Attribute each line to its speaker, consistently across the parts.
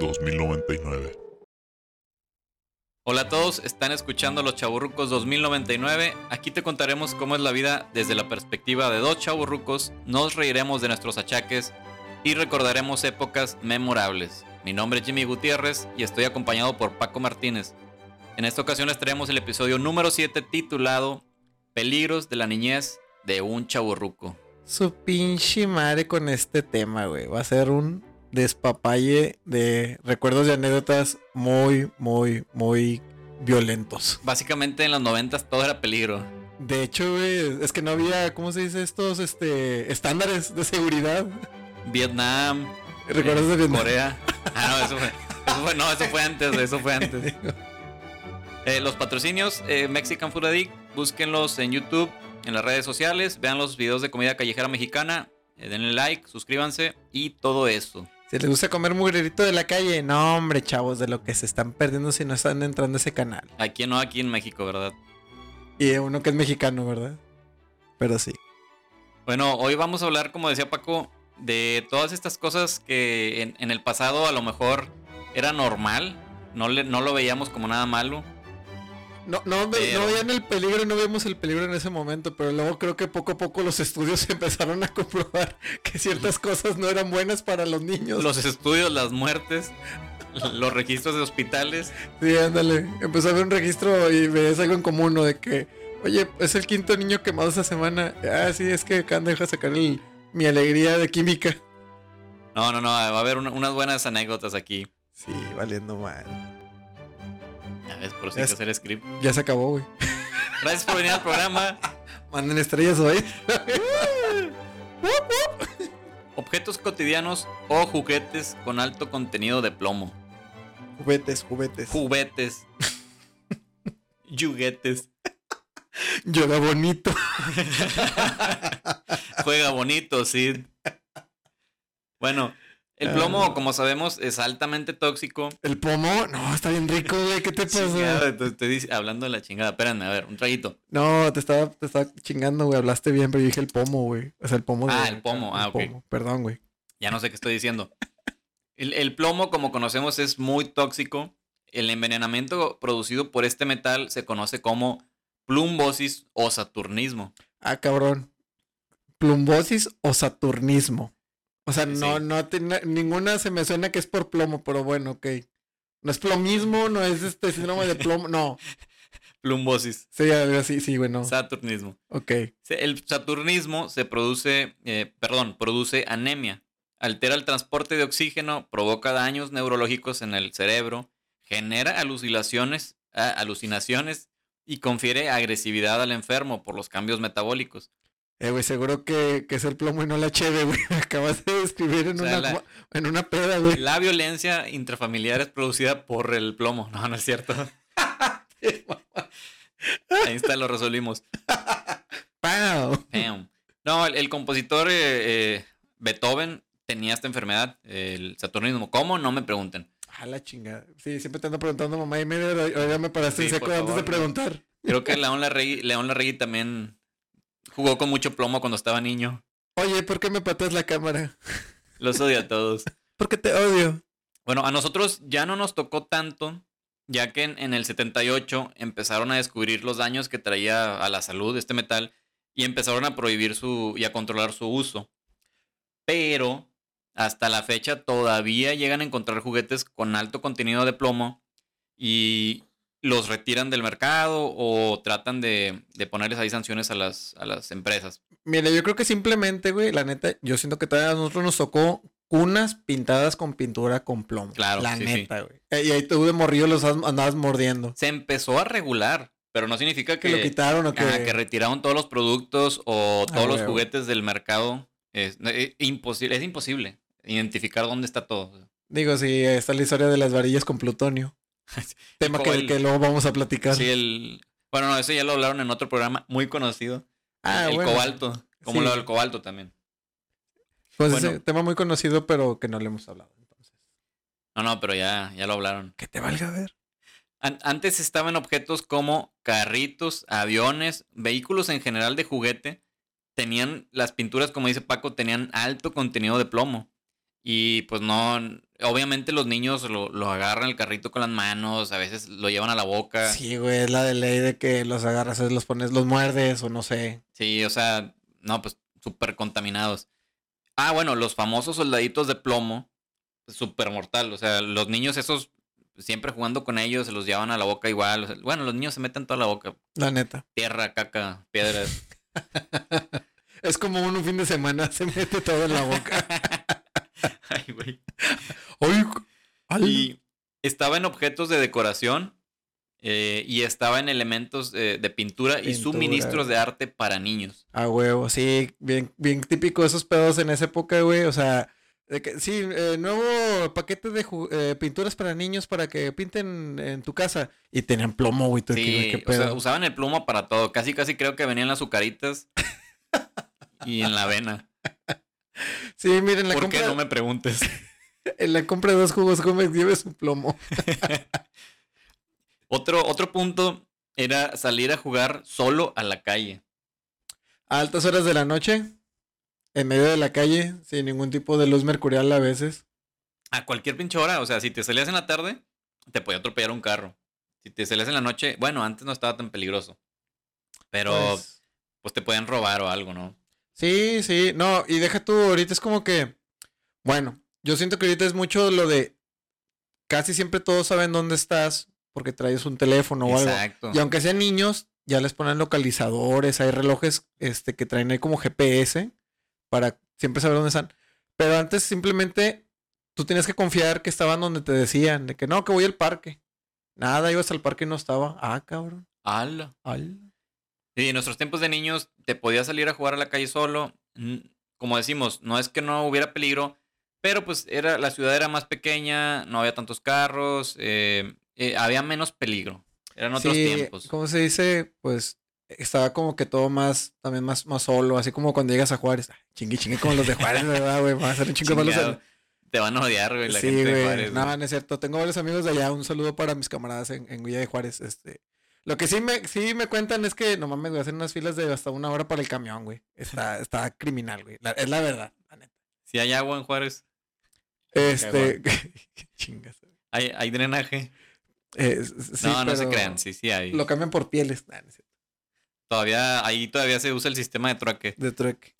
Speaker 1: 2099.
Speaker 2: Hola a todos, están escuchando Los Chaburrucos 2099. Aquí te contaremos cómo es la vida desde la perspectiva de dos chaburrucos, nos reiremos de nuestros achaques y recordaremos épocas memorables. Mi nombre es Jimmy Gutiérrez y estoy acompañado por Paco Martínez. En esta ocasión les traemos el episodio número 7 titulado Peligros de la niñez de un chaburruco.
Speaker 3: Su pinche madre con este tema, güey. Va a ser un despapalle de recuerdos y anécdotas muy, muy, muy violentos.
Speaker 2: Básicamente en los 90 todo era peligro.
Speaker 3: De hecho, güey, es que no había, ¿cómo se dice? Estos este, estándares de seguridad.
Speaker 2: Vietnam,
Speaker 3: ¿Recuerdas de Vietnam?
Speaker 2: Corea. Ah, no, eso fue, eso fue- no, eso fue antes, eso fue antes. Eh, los patrocinios, eh, Mexican Food Addict, búsquenlos en YouTube, en las redes sociales, vean los videos de comida callejera mexicana, eh, denle like, suscríbanse y todo eso.
Speaker 3: Si les gusta comer mugrerito de la calle, no, hombre, chavos, de lo que se están perdiendo si no están entrando a ese canal.
Speaker 2: Aquí no, aquí en México, ¿verdad?
Speaker 3: Y uno que es mexicano, ¿verdad? Pero sí.
Speaker 2: Bueno, hoy vamos a hablar, como decía Paco, de todas estas cosas que en, en el pasado a lo mejor era normal, no, le- no lo veíamos como nada malo.
Speaker 3: No, no, ve-
Speaker 2: Pero-
Speaker 3: no veían el peligro, no vemos el peligro en ese momento, pero luego creo que poco a poco los estudios empezaron a comprobar que ciertas cosas no eran buenas para los niños.
Speaker 2: Los estudios, las muertes, los registros de hospitales.
Speaker 3: Sí, ándale. Empezó a ver un registro y veías algo en común, ¿no? De que, oye, es el quinto niño quemado esta semana. Ah, sí, es que acaban de dejar sacar el, mi alegría de química.
Speaker 2: No, no, no, va a haber una- unas buenas anécdotas aquí.
Speaker 3: Sí, valiendo mal.
Speaker 2: Ya ves, por eso hay
Speaker 3: Es-
Speaker 2: que hacer script.
Speaker 3: Ya se acabó, güey.
Speaker 2: Gracias por venir al programa.
Speaker 3: Manden estrellas hoy.
Speaker 2: Objetos cotidianos o juguetes con alto contenido de plomo.
Speaker 3: juguetes, juguetes.
Speaker 2: Juguetes. Juguetes.
Speaker 3: Llora bonito.
Speaker 2: Juega bonito, sí. Bueno, el plomo, como sabemos, es altamente tóxico.
Speaker 3: El pomo, no, está bien rico, güey. ¿Qué te pasa?
Speaker 2: Chingada, te estoy dic- hablando de la chingada. Espérame, a ver, un traguito.
Speaker 3: No, te estaba, te estaba chingando, güey. Hablaste bien, pero yo dije el pomo, güey. O sea, el pomo.
Speaker 2: Ah,
Speaker 3: de-
Speaker 2: el pomo, ah, ok.
Speaker 3: Perdón, güey.
Speaker 2: Ya no sé qué estoy diciendo. El, el plomo, como conocemos, es muy tóxico. El envenenamiento producido por este metal se conoce como plumbosis o saturnismo.
Speaker 3: Ah, cabrón. Plumbosis o saturnismo. O sea,
Speaker 2: Sí.
Speaker 3: no, no tiene- ninguna se me suena que es por plomo, pero bueno, ok. No es plomismo, no es este síndrome de plomo, no.
Speaker 2: Plumbosis,
Speaker 3: Sí, algo así, sí, bueno.
Speaker 2: saturnismo.
Speaker 3: Ok. Eh,
Speaker 2: Se- El saturnismo se produce, eh, perdón, produce anemia, altera el transporte de oxígeno, provoca daños neurológicos en el cerebro, genera alucinaciones, ah, alucinaciones y confiere agresividad al enfermo por los cambios metabólicos.
Speaker 3: Eh, güey, seguro que, que es el plomo y no la cheve, güey. Acabas de describir en,
Speaker 2: O sea,
Speaker 3: una,
Speaker 2: la-
Speaker 3: en una peda, güey.
Speaker 2: La violencia intrafamiliar es producida por el plomo. No, no es cierto. Ahí está, lo resolvimos.
Speaker 3: ¡Pau!
Speaker 2: Damn. No, el, el compositor eh, eh, Beethoven tenía esta enfermedad, el saturnismo. ¿Cómo? No me pregunten.
Speaker 3: A la chingada. Sí, siempre te ando preguntando, mamá, y media, ahora me paraste en
Speaker 2: Sí,
Speaker 3: seco
Speaker 2: por
Speaker 3: antes de
Speaker 2: favor, no.
Speaker 3: preguntar.
Speaker 2: Creo que León Larregui, León Larregui también jugó con mucho plomo cuando estaba niño.
Speaker 3: Oye, ¿por qué me pateas la cámara?
Speaker 2: Los odio a todos.
Speaker 3: Porque te odio.
Speaker 2: Bueno, a nosotros ya no nos tocó tanto, ya que en, en el 78 empezaron a descubrir los daños que traía a la salud este metal y empezaron a prohibir su y a controlar su uso. Pero hasta la fecha todavía llegan a encontrar juguetes con alto contenido de plomo y los retiran del mercado o tratan de, de ponerles ahí sanciones a las, a las empresas.
Speaker 3: Mira, yo creo que simplemente, güey, la neta, yo siento que todavía a nosotros nos tocó cunas pintadas con pintura con plomo.
Speaker 2: Claro,
Speaker 3: La
Speaker 2: sí,
Speaker 3: neta, güey. Eh, Y ahí tú de morrillo los an- andabas mordiendo.
Speaker 2: Se empezó a regular, pero no significa
Speaker 3: Que lo quitaron o que.
Speaker 2: Ajá, que retiraron todos los productos o
Speaker 3: Ah,
Speaker 2: todos los
Speaker 3: huevo.
Speaker 2: juguetes del mercado. Es, no, es imposible, es imposible identificar dónde está todo.
Speaker 3: Digo, sí, está la historia de las varillas con plutonio. Tema
Speaker 2: Como
Speaker 3: que,
Speaker 2: el-
Speaker 3: que luego vamos a platicar.
Speaker 2: Sí, el, bueno, no, eso ya lo hablaron en otro programa muy conocido.
Speaker 3: Ah,
Speaker 2: el
Speaker 3: bueno.
Speaker 2: cobalto, como
Speaker 3: Sí.
Speaker 2: lo del cobalto también.
Speaker 3: Pues ese
Speaker 2: Bueno.
Speaker 3: tema muy conocido, pero que no le hemos hablado. Entonces.
Speaker 2: No, no, pero ya, ya lo hablaron.
Speaker 3: Que te valga ver.
Speaker 2: An- antes estaban objetos como carritos, aviones, vehículos en general de juguete. Tenían las pinturas, como dice Paco, tenían alto contenido de plomo. Y pues no, obviamente los niños lo, lo agarran el carrito con las manos, a veces lo llevan a la boca. Sí.
Speaker 3: Sí, güey, es la de ley de que los agarras, los pones, los muerdes o no sé.
Speaker 2: o sea, no, pues súper contaminados. Ah, bueno, los famosos soldaditos de plomo, súper mortal. O sea, los niños esos siempre jugando con ellos, se los llevan a la boca igual. o sea, bueno, los niños se meten toda la boca,
Speaker 3: La neta.
Speaker 2: tierra, caca, piedras.
Speaker 3: Es como uno un fin de semana se mete todo en la boca.
Speaker 2: Ay, güey.
Speaker 3: Ay, ay.
Speaker 2: Y estaba en objetos de decoración eh, y estaba en elementos eh, de pintura, y
Speaker 3: Pintura.
Speaker 2: suministros de arte para niños.
Speaker 3: A huevo, sí, bien, bien típico esos pedos en esa época, güey. O sea, de que, sí, eh, nuevo paquete de ju- eh, pinturas para niños para que pinten en tu casa. Y tenían plomo, güey. tú de que, güey,
Speaker 2: Sí,
Speaker 3: qué
Speaker 2: o sea,
Speaker 3: pedo.
Speaker 2: usaban el plomo para todo. Casi, casi creo que venían las azucaritas y en la avena.
Speaker 3: sí, miren, la
Speaker 2: ¿Por
Speaker 3: compra,
Speaker 2: qué no me preguntes?
Speaker 3: en la compra de dos jugos Gómez lleve su plomo.
Speaker 2: Otro, otro punto era salir a jugar solo a la calle.
Speaker 3: A altas horas de la noche, en medio de la calle, sin ningún tipo de luz mercurial a veces.
Speaker 2: A cualquier pinche hora. O sea, si te salías en la tarde, te podía atropellar un carro. Si te salías en la noche, bueno, antes no estaba tan peligroso. Pero
Speaker 3: Pues,
Speaker 2: pues te pueden robar o algo, ¿no?
Speaker 3: Sí, sí, no, y deja tú, ahorita es como que, bueno, yo siento que ahorita es mucho lo de, casi siempre todos saben dónde estás porque traes un teléfono o algo.
Speaker 2: Exacto.
Speaker 3: Y aunque sean niños, ya les ponen localizadores, hay relojes este, que traen ahí como GPS para siempre saber dónde están. Pero antes simplemente tú tenías que confiar que estaban donde te decían, de que no, que voy al parque. Nada, ibas al parque y no estaba. Ah, cabrón.
Speaker 2: Ala.
Speaker 3: Al.
Speaker 2: Sí, en nuestros tiempos de niños te podías salir a jugar a la calle solo. N- Como decimos, no es que no hubiera peligro, pero pues era, la ciudad era más pequeña, no había tantos carros, eh, eh, había menos peligro. Eran otros
Speaker 3: Sí,
Speaker 2: tiempos.
Speaker 3: ¿Cómo se dice? Pues estaba como que todo más, también más, más solo, así como cuando llegas a Juárez. ah, Chingue, chingue como los de Juárez, ¿verdad, güey? Van a ser un chingo de malos.
Speaker 2: Chingado, Te van a odiar, güey, la
Speaker 3: Sí,
Speaker 2: gente de
Speaker 3: güey.
Speaker 2: Juárez,
Speaker 3: No,
Speaker 2: güey.
Speaker 3: no es cierto. Tengo varios amigos de allá. Un saludo para mis camaradas en, en Villa de Juárez. Este. Lo que sí me, sí me cuentan es que no mames, güey, hacen unas filas de hasta una hora para el camión, güey. Está, está criminal, güey. La- es la verdad, la neta.
Speaker 2: Si hay agua en Juárez,
Speaker 3: Este. Chingas.
Speaker 2: hay, hay drenaje.
Speaker 3: Eh, s- sí,
Speaker 2: no, no se
Speaker 3: pero
Speaker 2: crean, sí, sí hay.
Speaker 3: Lo cambian por pieles. Nah, no es cierto.
Speaker 2: Todavía, ahí todavía se usa el sistema de trueque.
Speaker 3: De trueque.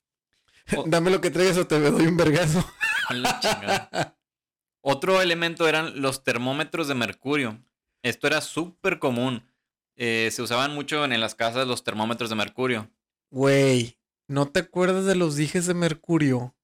Speaker 2: O-
Speaker 3: Dame lo que traigas o te doy un vergazo.
Speaker 2: A la chingada. Otro elemento eran los termómetros de mercurio. Esto era súper común. Eh, se usaban mucho en, en las casas los termómetros de mercurio.
Speaker 3: Güey, ¿no te acuerdas de los dijes de mercurio?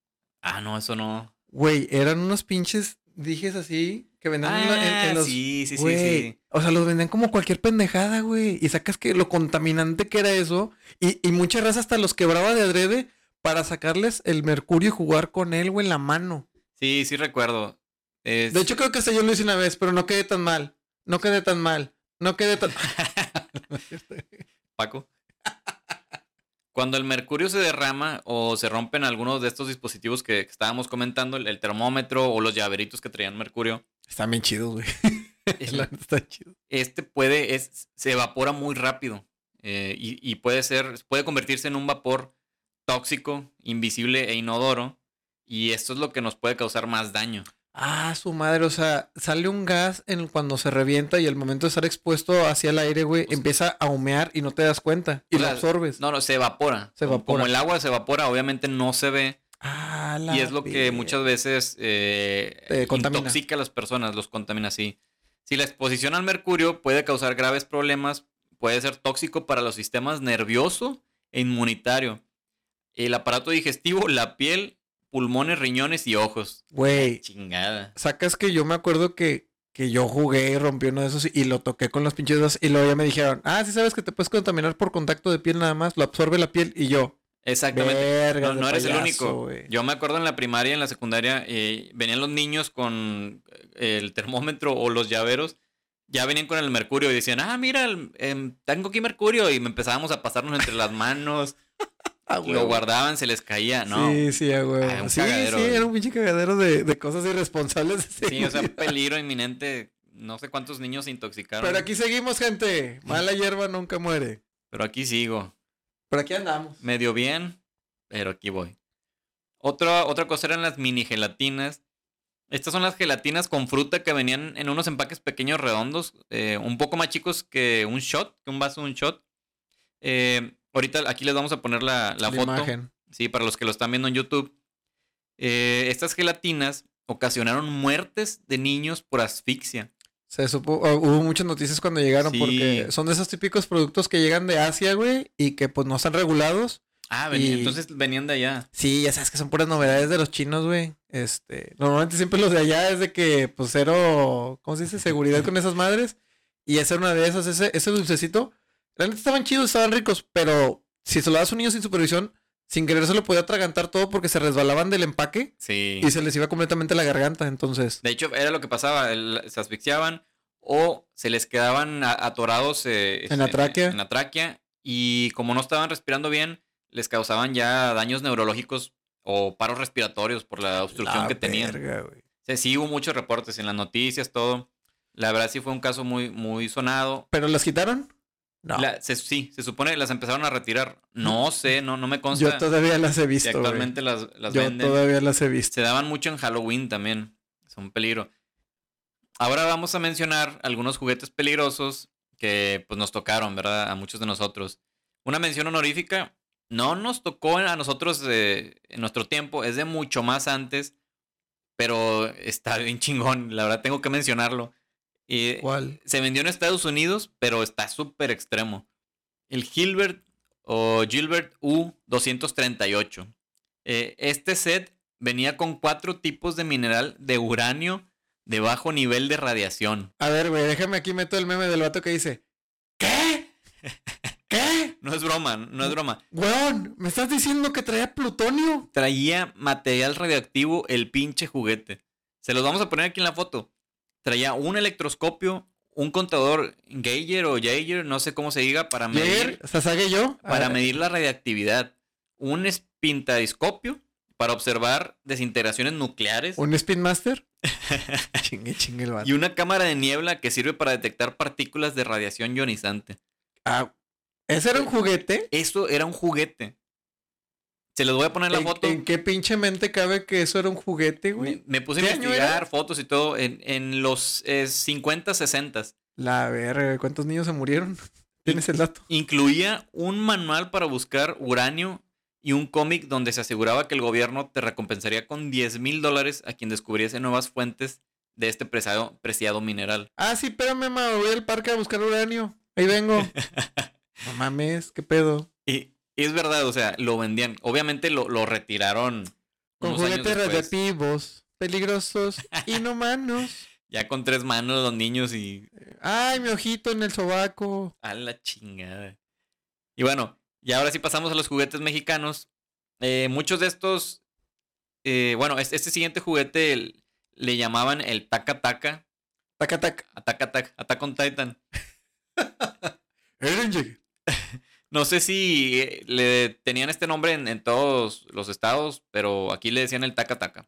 Speaker 2: Ah, no, eso no.
Speaker 3: Güey, eran unos pinches dijes así que vendían en, la- en-
Speaker 2: Ah,
Speaker 3: en los.
Speaker 2: sí, sí, sí,
Speaker 3: Güey,
Speaker 2: sí.
Speaker 3: O sea, los vendían como cualquier pendejada, güey. Y sacas que lo contaminante que era eso. Y, y mucha raza hasta los quebraba de adrede para sacarles el mercurio y jugar con él, güey, en la mano.
Speaker 2: Sí, sí recuerdo. Es-
Speaker 3: De hecho, creo que hasta yo lo hice una vez, pero no quedé tan mal. No quedé tan mal. No quedé tan.
Speaker 2: Paco. Cuando el mercurio se derrama o se rompen algunos de estos dispositivos que, que estábamos comentando, el, el termómetro o los llaveritos que traían mercurio,
Speaker 3: Están bien chidos, güey. La neta Está chido.
Speaker 2: este puede, es, se evapora muy rápido eh, y, y puede ser, puede convertirse en un vapor tóxico, invisible e inodoro. Y esto es lo que nos puede causar más daño.
Speaker 3: Ah, su madre, o sea, sale un gas en el- cuando se revienta y al momento de estar expuesto hacia el aire, güey,
Speaker 2: Pues-
Speaker 3: empieza a humear y no te das cuenta y
Speaker 2: O
Speaker 3: lo
Speaker 2: sea,
Speaker 3: absorbes.
Speaker 2: No, no, se evapora.
Speaker 3: Se
Speaker 2: Como-
Speaker 3: evapora.
Speaker 2: Como el agua se evapora, obviamente no se ve.
Speaker 3: Ah, la
Speaker 2: Y es lo que
Speaker 3: ver-
Speaker 2: muchas veces eh,
Speaker 3: Te contamina.
Speaker 2: intoxica a las personas, los contamina así. Si la exposición al mercurio puede causar graves problemas, puede ser tóxico para los sistemas nervioso e inmunitario, el aparato digestivo, la piel, pulmones, riñones y ojos.
Speaker 3: Güey,
Speaker 2: Chingada.
Speaker 3: sacas que yo me acuerdo que, que yo jugué y rompí uno de esos y lo toqué con los pinches dos y luego ya me dijeron, ah, sí sabes que te puedes contaminar por contacto de piel nada más, lo absorbe la piel y yo,
Speaker 2: Exactamente.
Speaker 3: verga,
Speaker 2: No, no eres el único. Yo me acuerdo en la primaria, en la secundaria, eh, venían los niños con eh, el termómetro o los llaveros. Ya venían con el mercurio y decían, ah, mira, el- em, tengo aquí mercurio. Y empezábamos a pasarnos entre las manos. lo guardaban, se les caía, ¿no? Sí,
Speaker 3: Ah, Sí, sí, ah, güey.
Speaker 2: Ah, un
Speaker 3: sí,
Speaker 2: cagadero,
Speaker 3: sí,
Speaker 2: güey.
Speaker 3: era un pinche cagadero de, de cosas irresponsables. de
Speaker 2: o sea,
Speaker 3: seguridad.
Speaker 2: peligro inminente. No sé cuántos niños se intoxicaron.
Speaker 3: Pero aquí seguimos, gente. Mala hierba nunca muere.
Speaker 2: pero aquí sigo.
Speaker 3: Pero aquí andamos.
Speaker 2: medio bien, pero aquí voy. Otra, otra cosa eran las mini gelatinas, Estas son las gelatinas con fruta que venían en unos empaques pequeños redondos, eh, un poco más chicos que un shot, que un vaso, un shot. Eh, ahorita aquí les vamos a poner la, la foto.
Speaker 3: imagen.
Speaker 2: Sí, para los que lo están viendo en YouTube. Eh, estas gelatinas ocasionaron muertes de niños por asfixia.
Speaker 3: Se supo, o- hubo muchas noticias cuando llegaron
Speaker 2: Sí.
Speaker 3: porque son de esos típicos productos que llegan de Asia, güey, y que pues no están regulados.
Speaker 2: Ah, venía-
Speaker 3: Y-
Speaker 2: entonces venían de allá.
Speaker 3: Sí, ya sabes que son puras novedades de los chinos, güey. Este, normalmente siempre los de allá es de que, pues, cero, ¿cómo se dice? Seguridad con esas madres. Y esa era una de esas, ese, ese dulcecito. Realmente estaban chidos, estaban ricos, pero si se lo das a un niño sin supervisión, sin querer se lo podía atragantar todo porque se resbalaban del empaque
Speaker 2: Sí.
Speaker 3: y se les iba completamente la garganta. Entonces,
Speaker 2: De hecho, era lo que pasaba. el- se asfixiaban o se les quedaban a- atorados eh,
Speaker 3: En la
Speaker 2: este,
Speaker 3: tráquea.
Speaker 2: en la tráquea, Y como no estaban respirando bien, les causaban ya daños neurológicos o paros respiratorios por la obstrucción
Speaker 3: la
Speaker 2: que tenían.
Speaker 3: Ah, verga, güey.
Speaker 2: O sea, sí hubo muchos reportes en las noticias, todo. La verdad sí fue un caso muy, muy sonado.
Speaker 3: ¿Pero las quitaron? No. Mm.
Speaker 2: La- se- sí, se supone que las empezaron a retirar. No sé, no, no me
Speaker 3: Yo
Speaker 2: consta
Speaker 3: todavía las he
Speaker 2: si
Speaker 3: visto. güey.
Speaker 2: actualmente las, las
Speaker 3: Yo
Speaker 2: venden.
Speaker 3: todavía las he visto.
Speaker 2: Se Este, daban mucho en Halloween también. Es un peligro. Ahora vamos a mencionar algunos juguetes peligrosos que pues nos tocaron, ¿verdad? A muchos de nosotros. Una mención honorífica no nos tocó a nosotros eh, en nuestro tiempo, es de mucho más antes, pero está bien chingón, la verdad tengo que mencionarlo. Y
Speaker 3: ¿Cuál?
Speaker 2: se vendió en Estados Unidos, pero está súper extremo. El Gilbert o Gilbert U-238. Eh, este set venía con cuatro tipos de mineral de uranio de bajo nivel de radiación.
Speaker 3: A ver, güey, déjame aquí meto el meme del vato que dice: ¿Qué? ¿Qué?
Speaker 2: No es broma, no es broma.
Speaker 3: Weón, ¿me estás diciendo que traía plutonio?
Speaker 2: Traía material radioactivo el pinche juguete. Se los vamos a poner aquí en la foto. Traía un electroscopio, un contador Geiger o Jaeger, no sé cómo se diga, para medir.
Speaker 3: ¿Ayer? ¿Sasague yo? Ah, A
Speaker 2: para
Speaker 3: ver,
Speaker 2: medir la radiactividad, un espintadiscopio para observar desintegraciones nucleares
Speaker 3: ¿Un Spin Master? chingue, chingue el vato.
Speaker 2: y una cámara de niebla que sirve para detectar partículas de radiación ionizante.
Speaker 3: Ah, ¿Ese era un juguete?
Speaker 2: Eso era un juguete. Se los voy a poner la
Speaker 3: ¿En,
Speaker 2: foto.
Speaker 3: en qué pinche mente cabe que eso era un juguete,
Speaker 2: me,
Speaker 3: güey?
Speaker 2: me puse a
Speaker 3: ¿Qué año
Speaker 2: investigar
Speaker 3: era?
Speaker 2: fotos y todo en, en los eh, 50, 60.
Speaker 3: La verga, ¿cuántos niños se murieron? ¿Tienes el dato?
Speaker 2: Incluía un manual para buscar uranio y un cómic donde se aseguraba que el gobierno te recompensaría con 10 mil dólares a quien descubriese nuevas fuentes de este preciado, preciado mineral.
Speaker 3: Ah, sí, espérame, ma, voy al parque a buscar uranio. Ahí vengo. no mames, qué pedo.
Speaker 2: Y y es verdad, o sea, lo vendían. Obviamente lo, lo retiraron.
Speaker 3: Con
Speaker 2: unos años
Speaker 3: juguetes
Speaker 2: después.
Speaker 3: radioactivos, peligrosos, inhumanos.
Speaker 2: Ya con tres manos los niños y
Speaker 3: Ay, mi ojito en el sobaco.
Speaker 2: A la chingada. Y bueno, y ahora sí pasamos a los juguetes mexicanos. Eh, muchos de estos. eh, bueno, es- este, siguiente juguete el- le llamaban el Taca Taca.
Speaker 3: Taca, taca.
Speaker 2: Ataca Attack, Attack on Titan.
Speaker 3: Eren llegue.
Speaker 2: No sé si eh, le tenían este nombre en, en todos los estados, pero aquí le decían el Taca Taca.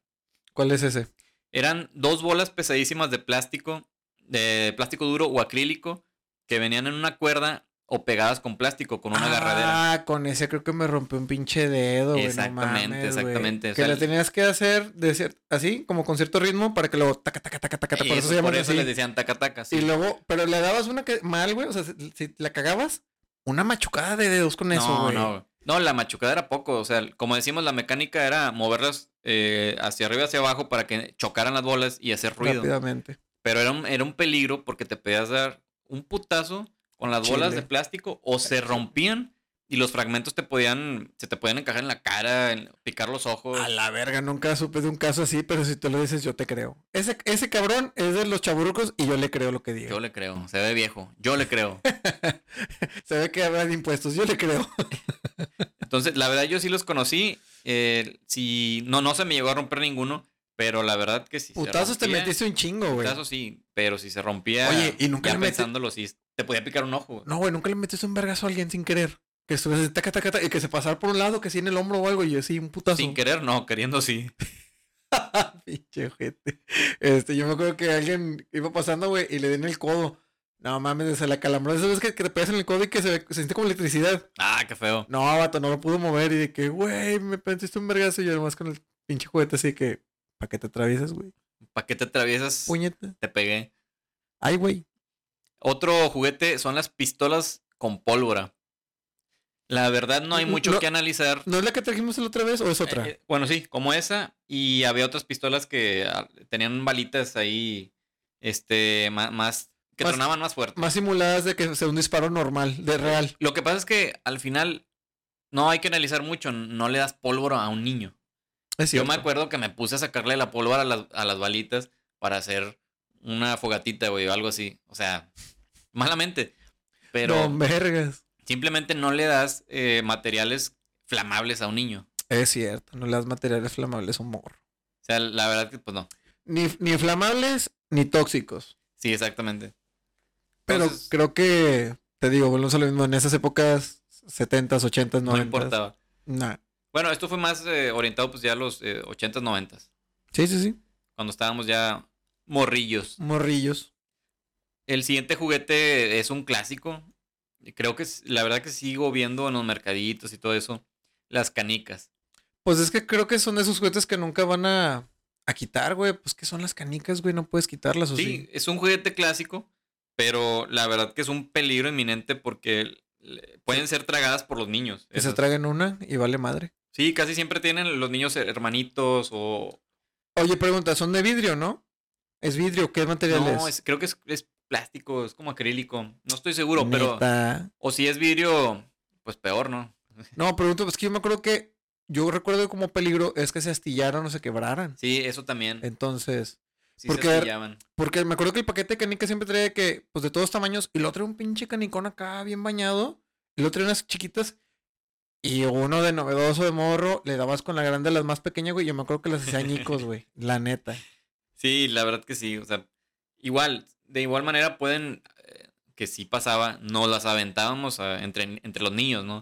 Speaker 3: ¿Cuál es ese?
Speaker 2: Eran dos bolas pesadísimas de plástico, de plástico duro o acrílico, que venían en una cuerda o pegadas con plástico, con una agarradera.
Speaker 3: Ah, con ese creo que me rompió un pinche dedo, güey. no
Speaker 2: Exactamente,
Speaker 3: mames, güey.
Speaker 2: exactamente, o
Speaker 3: Que
Speaker 2: sea,
Speaker 3: lo
Speaker 2: el-
Speaker 3: tenías que hacer de cier- así, como con cierto ritmo, para que luego taca, taca, taca, taca. Por
Speaker 2: Y
Speaker 3: eso, se llaman así.
Speaker 2: les decían taca taca. sí.
Speaker 3: Y luego, pero le dabas una que mal, güey. O sea, si- si la cagabas, una machucada de dedos con eso,
Speaker 2: no,
Speaker 3: güey.
Speaker 2: no. No, la machucada era poco. O sea, como decimos, la mecánica era moverlas eh, hacia arriba y hacia abajo para que chocaran las bolas y hacer ruido.
Speaker 3: Rápidamente.
Speaker 2: Pero era un, era un peligro porque te podías dar un putazo con las bolas de
Speaker 3: Chile.
Speaker 2: plástico o se rompían y los fragmentos te podían, se te podían encajar en la cara, en- picar los ojos.
Speaker 3: A la verga, nunca supe de un caso así, pero si tú lo dices, yo te creo. Ese, ese cabrón es de los chaburucos y yo le creo lo que diga.
Speaker 2: Yo le creo, se ve viejo, yo le creo.
Speaker 3: Se ve que habla de impuestos, yo le creo.
Speaker 2: Entonces, la verdad, yo sí los conocí. eh, si no, no se me llegó a romper ninguno, pero la verdad que sí.
Speaker 3: Putazos te metiste un chingo, güey.
Speaker 2: Putazos sí, pero si se rompía.
Speaker 3: Oye, ¿y nunca
Speaker 2: ya
Speaker 3: le metí-
Speaker 2: pensándolo, sí, te podía picar un ojo. güey.
Speaker 3: No, güey, nunca le metiste un vergazo a alguien sin querer. Que estuviese taca, taca, taca, y que se pasara por un lado, que sí en el hombro o algo, y yo sí, un putazo.
Speaker 2: Sin querer, no, queriendo sí.
Speaker 3: Pinche ojete. Este, yo me acuerdo que alguien iba pasando, güey, y le den el codo. No mames, se la calambró. Esa vez que, que te pegas en el codo y que se, ve- se siente como electricidad.
Speaker 2: Ah, qué feo.
Speaker 3: No, vato, no lo pudo mover. Y de que, güey, me metiste un vergazo. Y yo nomás con el pinche juguete así que, ¿para qué te atraviesas, güey?
Speaker 2: ¿Para qué te atraviesas?
Speaker 3: Puñeta.
Speaker 2: Te pegué.
Speaker 3: Ay, güey.
Speaker 2: Otro juguete son las pistolas con pólvora. La verdad no hay mucho
Speaker 3: No-
Speaker 2: que analizar.
Speaker 3: ¿No es la que trajimos la otra vez o es otra?
Speaker 2: Eh, eh, bueno, sí, como esa. Y había otras pistolas que ah, tenían balitas ahí, este, ma- más, que
Speaker 3: Más-
Speaker 2: tronaban más fuerte.
Speaker 3: Más simuladas de que sea un disparo normal, de real.
Speaker 2: Lo que pasa es que al final no hay que analizar mucho. No le das pólvora a un niño.
Speaker 3: Es
Speaker 2: Yo
Speaker 3: cierto.
Speaker 2: me acuerdo que me puse a sacarle la pólvora a las, a las balitas para hacer una fogatita, güey, o algo así. O sea, malamente. Pero
Speaker 3: No, vergas.
Speaker 2: simplemente no le das eh, materiales flamables a un niño.
Speaker 3: Es cierto, no las materiales flamables son morro.
Speaker 2: O sea, la verdad que, pues no.
Speaker 3: Ni, ni inflamables ni tóxicos.
Speaker 2: Sí, exactamente.
Speaker 3: Pero
Speaker 2: Entonces-
Speaker 3: creo que, te digo, volvemos a lo mismo. En esas épocas, 70s, 80s, 90s.
Speaker 2: No importaba.
Speaker 3: Nah.
Speaker 2: Bueno, esto fue más eh, orientado pues ya a los eh, 80s, 90s,
Speaker 3: Sí, sí, sí.
Speaker 2: cuando estábamos ya morrillos.
Speaker 3: Morrillos.
Speaker 2: El siguiente juguete es un clásico. Creo que es- la verdad que sigo viendo en los mercaditos y todo eso las canicas.
Speaker 3: Pues es que creo que son de esos juguetes que nunca van a, a quitar, güey. Pues que son las canicas, güey. No puedes quitarlas o
Speaker 2: Sí,
Speaker 3: sí.
Speaker 2: es un juguete clásico, pero la verdad que es un peligro inminente porque le- pueden ser tragadas por los niños.
Speaker 3: Que se
Speaker 2: esas.
Speaker 3: traguen una y vale madre.
Speaker 2: Sí, casi siempre tienen los niños hermanitos o...
Speaker 3: Oye, pregunta, son de vidrio, ¿no? ¿Es vidrio? ¿Qué material
Speaker 2: No,
Speaker 3: es?
Speaker 2: es- creo que es, es plástico, es como acrílico. No estoy seguro, pero...
Speaker 3: Neta.
Speaker 2: O si es vidrio, pues peor, ¿no?
Speaker 3: No, pregunto, pues que yo me acuerdo que yo recuerdo como peligro es que se astillaran o se quebraran.
Speaker 2: Sí, eso también.
Speaker 3: Entonces,
Speaker 2: Sí
Speaker 3: Eh, porque-
Speaker 2: se astillaban.
Speaker 3: porque me acuerdo que el paquete de canicas siempre traía de que, pues de todos tamaños, y lo traía un pinche canicón acá bien bañado, y lo traía unas chiquitas, y uno de novedoso de morro, le dabas con la grande a las más pequeñas, güey, yo me acuerdo que las hacía añicos, güey, la neta.
Speaker 2: Sí, la verdad que sí. O sea, igual, de igual manera pueden, eh, que sí pasaba, nos las aventábamos ah, entre, entre los niños, ¿no?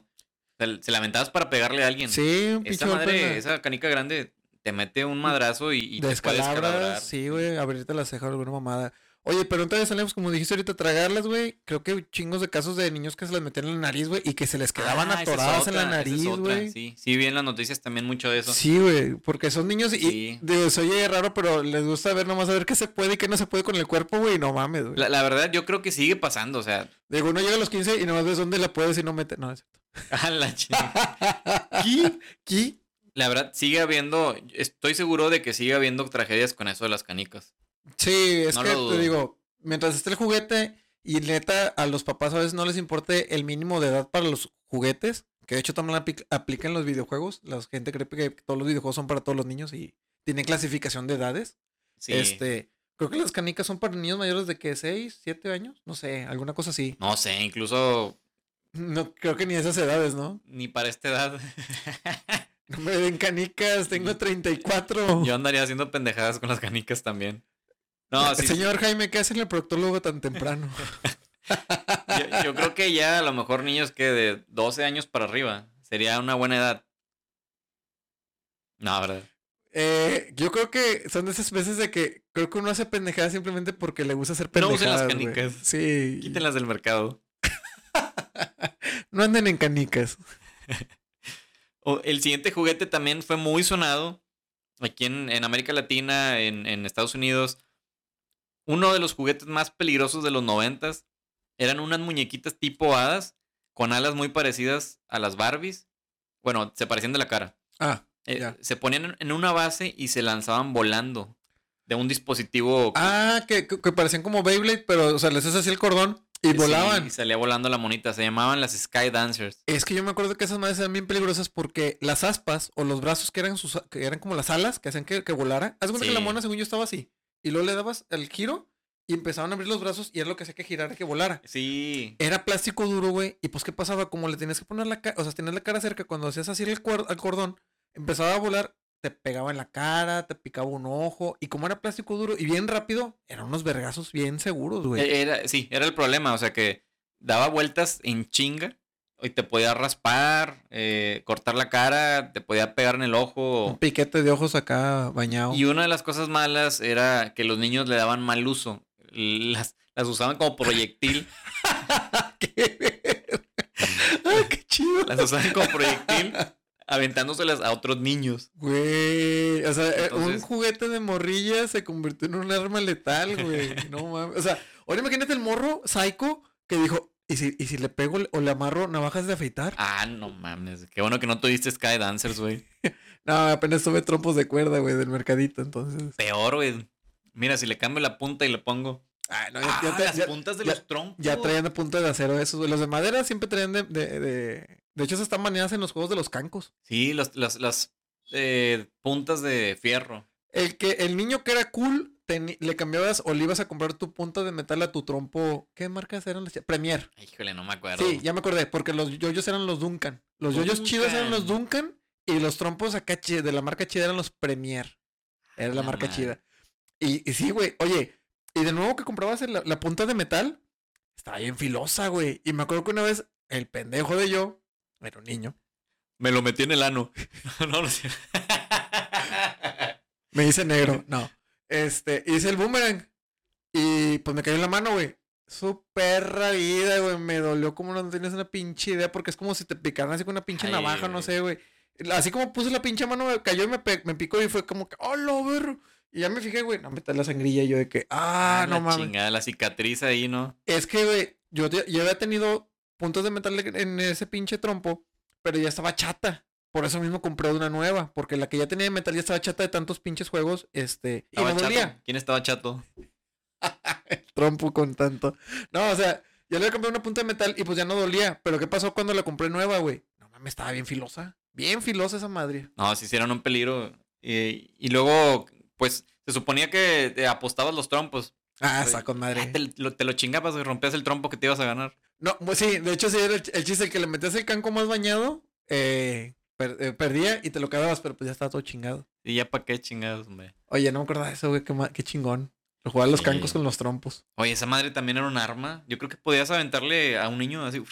Speaker 2: O sea, se la aventabas para pegarle a alguien.
Speaker 3: Sí, un pinche
Speaker 2: Esa
Speaker 3: golpe en
Speaker 2: madre,
Speaker 3: la-
Speaker 2: esa canica grande, te mete un madrazo y, y te puedes
Speaker 3: Descalabras,
Speaker 2: descalabrar.
Speaker 3: sí, güey, abrirte la ceja o alguna mamada. Oye, pero entonces salimos, como dijiste ahorita, tragarlas, güey. Creo que chingos de casos de niños que se las metían en la nariz, güey, y que se les quedaban
Speaker 2: Ah, esa es
Speaker 3: atoradas en la
Speaker 2: otra, esa es
Speaker 3: nariz,
Speaker 2: otra,
Speaker 3: güey.
Speaker 2: Sí, sí, vi en las noticias también mucho de eso.
Speaker 3: Sí, güey, porque son niños y
Speaker 2: Sí.
Speaker 3: digo, se oye raro, pero les gusta ver nomás a ver qué se puede y qué no se puede con el cuerpo, güey, no mames, güey.
Speaker 2: La, la verdad, yo creo que sigue pasando, o sea,
Speaker 3: Digo, uno llega a los 15 y nomás ves dónde la puedes y no mete. No, es cierto.
Speaker 2: a la chingada.
Speaker 3: ¿Qui? ¿Qui?
Speaker 2: La verdad, sigue habiendo, estoy seguro de que sigue habiendo tragedias con eso de las canicas.
Speaker 3: Sí, es
Speaker 2: No
Speaker 3: que
Speaker 2: lo dudo.
Speaker 3: te digo, mientras esté el juguete y neta a los papás a veces no les importe el mínimo de edad para los juguetes, que de hecho también apli- aplican los videojuegos. La gente cree que todos los videojuegos son para todos los niños y tienen clasificación de edades.
Speaker 2: Sí.
Speaker 3: Este, creo que las canicas son para niños mayores de que 6, 7 años, no sé, alguna cosa así.
Speaker 2: No sé, incluso
Speaker 3: No creo que ni esas edades, ¿no?
Speaker 2: ni para esta edad
Speaker 3: No me den canicas, tengo 34.
Speaker 2: yo andaría haciendo pendejadas con las canicas también. No, ah, sí,
Speaker 3: Señor Jaime, ¿qué hace el proctólogo tan temprano?
Speaker 2: yo, yo creo que ya a lo mejor niños que de 12 años para arriba sería una buena edad. No, verdad.
Speaker 3: Eh, yo creo que son de esas veces de que creo que uno hace pendejadas simplemente porque le gusta hacer
Speaker 2: No usen las
Speaker 3: pendejadas. güey.
Speaker 2: canicas.
Speaker 3: Sí.
Speaker 2: Quítenlas del mercado.
Speaker 3: No anden en canicas.
Speaker 2: O- el siguiente juguete también fue muy sonado aquí en, en América Latina, en, en Estados Unidos. Uno de los juguetes más peligrosos de los noventas eran unas muñequitas tipo hadas con alas muy parecidas a las Barbies. Bueno, se parecían de la cara.
Speaker 3: Ah,
Speaker 2: Eh,
Speaker 3: ya.
Speaker 2: Se ponían en- en una base y se lanzaban volando de un dispositivo. que-
Speaker 3: Ah, que, que- que parecían como Beyblade, pero o sea, les haces así el cordón y
Speaker 2: sí,
Speaker 3: volaban.
Speaker 2: y salía volando la monita. Se llamaban las Sky Dancers.
Speaker 3: Es que yo me acuerdo que esas madres eran bien peligrosas porque las aspas o los brazos que eran sus que eran como las alas que hacían que, que volara. Haz cuenta que la
Speaker 2: Sí.
Speaker 3: mona, según yo, estaba así. Y luego le dabas el giro y empezaban a abrir los brazos y era lo que hacía que girara que volara.
Speaker 2: Sí.
Speaker 3: Era plástico duro, güey. ¿Y pues qué pasaba? Como le tenías que poner la cara, o sea, tenías la cara cerca, cuando hacías así el cuer- al cordón, empezaba a volar, te pegaba en la cara, te picaba un ojo. Y como era plástico duro y bien rápido, eran unos vergazos bien seguros, güey.
Speaker 2: E- Era, sí, era el problema, o sea que daba vueltas en chinga y te podía raspar, eh, cortar la cara, te podía pegar en el
Speaker 3: Un
Speaker 2: ojo.
Speaker 3: piquete de ojos acá bañado.
Speaker 2: Y una de las cosas malas era que los niños le daban mal uso. Las, las usaban como proyectil,
Speaker 3: ¡Qué ver- Ay, qué chido!
Speaker 2: las usaban como proyectil aventándoselas a otros niños.
Speaker 3: Güey, o sea, eh, un
Speaker 2: Entonces-
Speaker 3: juguete de morrilla se convirtió en un arma letal, güey. No mames. O sea, ahora imagínate el morro psycho que dijo, ¿y si, y si le pego o le amarro navajas de afeitar?
Speaker 2: Ah, no mames. Qué bueno que no tuviste Sky Dancers, güey.
Speaker 3: No, apenas tuve trompos de cuerda, güey, del mercadito, entonces.
Speaker 2: Peor, güey. Mira, si le cambio la punta y le pongo.
Speaker 3: Ah, no,
Speaker 2: Ah,
Speaker 3: te-
Speaker 2: las uh. puntas de
Speaker 3: ya-
Speaker 2: los troncos.
Speaker 3: Ya traían a punta de acero esos, güey. Los de madera siempre traían de... De, de, de hecho, esas están maneadas en los juegos de los cancos.
Speaker 2: Sí, las, las, las eh, puntas de fierro.
Speaker 3: El que el niño que era cool, teni- le cambiabas o le ibas a comprar tu punta de metal a tu trompo. ¿Qué marcas eran las? ch- Premier.
Speaker 2: Híjole, no me acuerdo.
Speaker 3: Sí, ya me acordé, porque los yoyos eran los Duncan. Los
Speaker 2: Los
Speaker 3: yoyos chidos eran los
Speaker 2: Duncan.
Speaker 3: Duncan y los trompos acá chi- de la marca chida eran los Premier. Era la
Speaker 2: la
Speaker 3: marca
Speaker 2: madre.
Speaker 3: chida. Y, y sí, güey, oye, y de nuevo que comprabas la, la punta de metal, estaba bien filosa, güey. Y me acuerdo que una vez el pendejo de yo, era un niño,
Speaker 2: Me lo metí en el ano. no, no sé.
Speaker 3: me dice negro, no. Este, hice el boomerang y pues me cayó en la mano, güey. Su perra vida, güey. Me dolió como no tienes una pinche idea, porque es como si te picaran así con una pinche
Speaker 2: Ay,
Speaker 3: navaja, no
Speaker 2: güey.
Speaker 3: sé, güey. Así como puse la pinche mano, me cayó y me, pe- me picó y fue como que, ¡oh, lo berro! Y ya me fijé, güey, no me está la sangrilla y yo de que, ¡ah, no
Speaker 2: la
Speaker 3: mames!
Speaker 2: Chingada, la cicatriz ahí, ¿no?
Speaker 3: Es que, güey, yo, te- yo había tenido puntos de metal en ese pinche trompo, pero ya estaba chata. Por eso mismo compré una nueva, porque la que ya tenía de metal ya estaba chata de tantos pinches juegos, este, y
Speaker 2: Estaba
Speaker 3: me dolía.
Speaker 2: chato. ¿Quién estaba chato?
Speaker 3: trompo con tanto. No, o sea, ya le había comprado una punta de metal y pues ya no dolía. Pero ¿qué pasó cuando la compré nueva, güey? No mames, estaba bien filosa. Bien filosa esa madre.
Speaker 2: No, se hicieron un peligro. Eh, Y, y luego, pues, se suponía que te apostabas los trompos.
Speaker 3: Ah,
Speaker 2: Güey.
Speaker 3: está con
Speaker 2: Ah,
Speaker 3: madre.
Speaker 2: te, lo, te lo chingabas y rompías el trompo que te ibas a ganar.
Speaker 3: No, pues sí, de hecho sí era el, ch- el chiste, el que le metías el canco más bañado, eh, per- eh, perdía y te lo quedabas, pero pues ya estaba todo chingado.
Speaker 2: Y ya para qué chingados, hombre.
Speaker 3: Oye, no me acordaba de eso, güey, qué, ma- qué chingón. Jugar los
Speaker 2: Sí.
Speaker 3: cancos con los trompos.
Speaker 2: Oye, esa madre también era un arma. Yo creo que podías aventarle a un niño así. uf,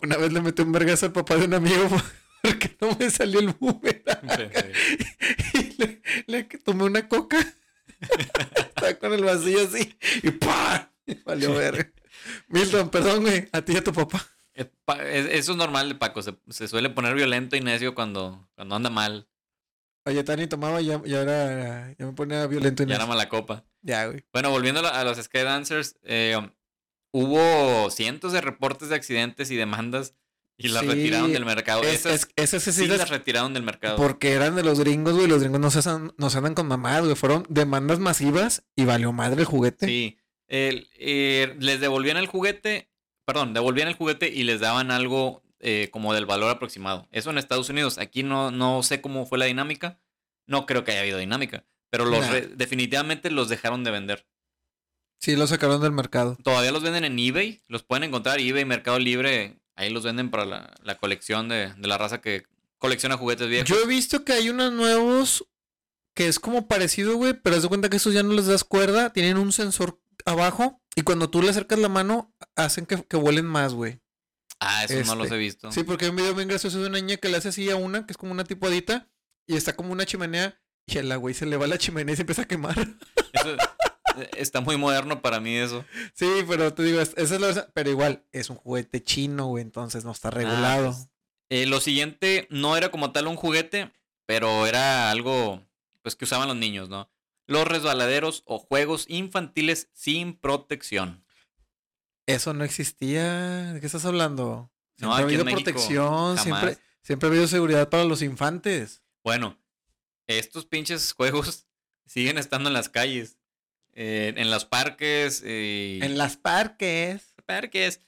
Speaker 3: Una vez le metí un vergazo al papá de un amigo porque no me salió el boomerang. Y le, le tomé una coca. Estaba con el vacío así. Y ¡pa! Valió ver. Milton, perdón, güey. A ti y a tu papá.
Speaker 2: Eh, pa- es- Eso es normal de Paco. Se, se suele poner violento y necio cuando, cuando anda mal.
Speaker 3: Oye, Tani tomaba y ya, ya era. Ya me ponía violento y
Speaker 2: Ya
Speaker 3: necio.
Speaker 2: era mala copa.
Speaker 3: Ya, güey.
Speaker 2: Bueno, volviendo a la- a los Skydancers, eh, hubo cientos de reportes de accidentes y demandas y las
Speaker 3: Sí,
Speaker 2: retiraron del mercado.
Speaker 3: Es,
Speaker 2: Esas
Speaker 3: es, es, ese sí
Speaker 2: sí
Speaker 3: les-
Speaker 2: las retiraron del mercado.
Speaker 3: Porque eran de los gringos, güey. Los gringos no se, asan- no se andan con mamadas, güey. Fueron demandas masivas y valió madre el juguete.
Speaker 2: Sí. El- eh, les devolvían el juguete, perdón, devolvían el juguete y les daban algo eh, como del valor aproximado. Eso en Estados Unidos. Aquí no, no sé cómo fue la dinámica. No creo que haya habido dinámica. Pero los
Speaker 3: Nah.
Speaker 2: re- definitivamente los dejaron de vender.
Speaker 3: Sí, lo sacaron del mercado.
Speaker 2: Todavía los venden en eBay. Los pueden encontrar eBay, Mercado Libre. Ahí los venden para la, la colección de, de la raza que colecciona juguetes viejos.
Speaker 3: Yo he visto que hay unos nuevos que es como parecido, güey, pero haz de cuenta que esos ya no les das cuerda, tienen un sensor abajo y cuando tú le acercas la mano hacen que, que vuelen más, güey.
Speaker 2: ah, esos no
Speaker 3: este,
Speaker 2: los he visto.
Speaker 3: Sí, porque hay un video bien gracioso de una niña que le hace así a una, que es como una tipo adita, y está como una chimenea y a la güey se le va la chimenea y se empieza a quemar.
Speaker 2: Eso- eh, está muy moderno para mí eso.
Speaker 3: sí, pero te digo, es- esa es la versión- pero igual es un juguete chino, güey, entonces no está regulado.
Speaker 2: pues, Eh, lo siguiente no era como tal un juguete, pero era algo pues que usaban los niños, ¿no? Los resbaladeros o juegos infantiles sin protección.
Speaker 3: Eso no existía. ¿De qué estás hablando? Siempre
Speaker 2: No,
Speaker 3: ha
Speaker 2: aquí en
Speaker 3: habido
Speaker 2: México,
Speaker 3: protección, siempre,
Speaker 2: jamás.
Speaker 3: siempre ha habido seguridad para los infantes.
Speaker 2: Bueno, estos pinches juegos siguen estando en las calles, eh, en los parques. eh,
Speaker 3: En las parques.
Speaker 2: parques.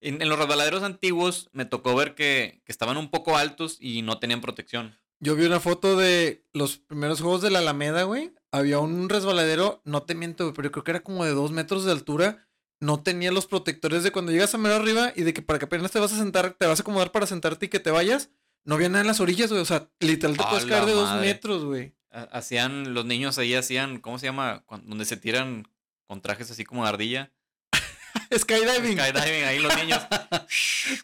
Speaker 2: En, en los resbaladeros antiguos me tocó ver que, que estaban un poco altos y no tenían protección.
Speaker 3: Yo vi una foto de los primeros juegos de la Alameda, güey. Había un resbaladero, no te miento, güey, pero creo que era como de dos metros de altura. No tenía los protectores de cuando llegas a mero arriba y de que para que apenas te vas a sentar, te vas a acomodar para sentarte y que te vayas. No había nada en las orillas, güey. O sea, literal te
Speaker 2: A
Speaker 3: puedes
Speaker 2: la
Speaker 3: caer de dos
Speaker 2: madre.
Speaker 3: metros, güey.
Speaker 2: Ha- Hacían, los niños ahí hacían, ¿cómo se llama? Cuan- donde se tiran con trajes así como de ardilla.
Speaker 3: Skydiving.
Speaker 2: Skydiving, ahí los niños.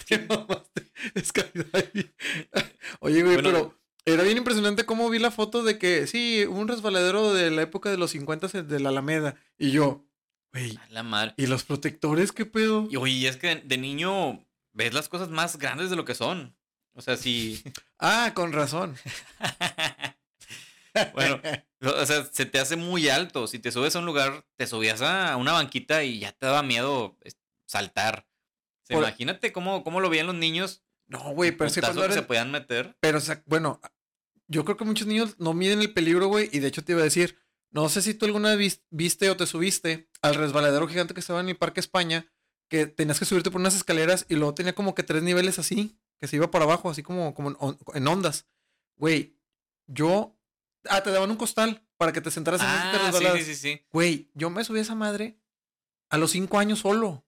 Speaker 3: Te mamaste. Skydiving. Oye, güey,
Speaker 2: Bueno.
Speaker 3: pero era bien impresionante cómo vi la foto de que sí, un resbaladero de la época de los 50 de la Alameda. Y yo, güey,
Speaker 2: A la madre.
Speaker 3: ¿y los protectores qué pedo?
Speaker 2: Y oye, y es que de niño ves las cosas más grandes de lo que son. O sea, sí.
Speaker 3: Ah, con razón.
Speaker 2: bueno, o sea, se te hace muy alto. Si te subes a un lugar, te subías a una banquita y ya te daba miedo saltar. O sea,
Speaker 3: Por-
Speaker 2: Imagínate cómo, cómo lo veían los niños.
Speaker 3: No, güey, pero es que
Speaker 2: putazo
Speaker 3: cuando
Speaker 2: que
Speaker 3: eres-
Speaker 2: se podían meter.
Speaker 3: Pero, o sea, bueno, yo creo que muchos niños no miden el peligro, güey. Y de hecho te iba a decir, no sé si tú alguna vez vis- viste o te subiste al resbaladero gigante que estaba en el Parque España, que tenías que subirte por unas escaleras y luego tenía como que tres niveles así, que se iba para abajo, así como, como en, on- en ondas. Güey, yo... Ah, te daban un costal para que te sentaras en él y te
Speaker 2: Ah, sí,
Speaker 3: resbalaras.
Speaker 2: sí, sí, sí.
Speaker 3: Güey, yo me subí a esa madre a los cinco años solo.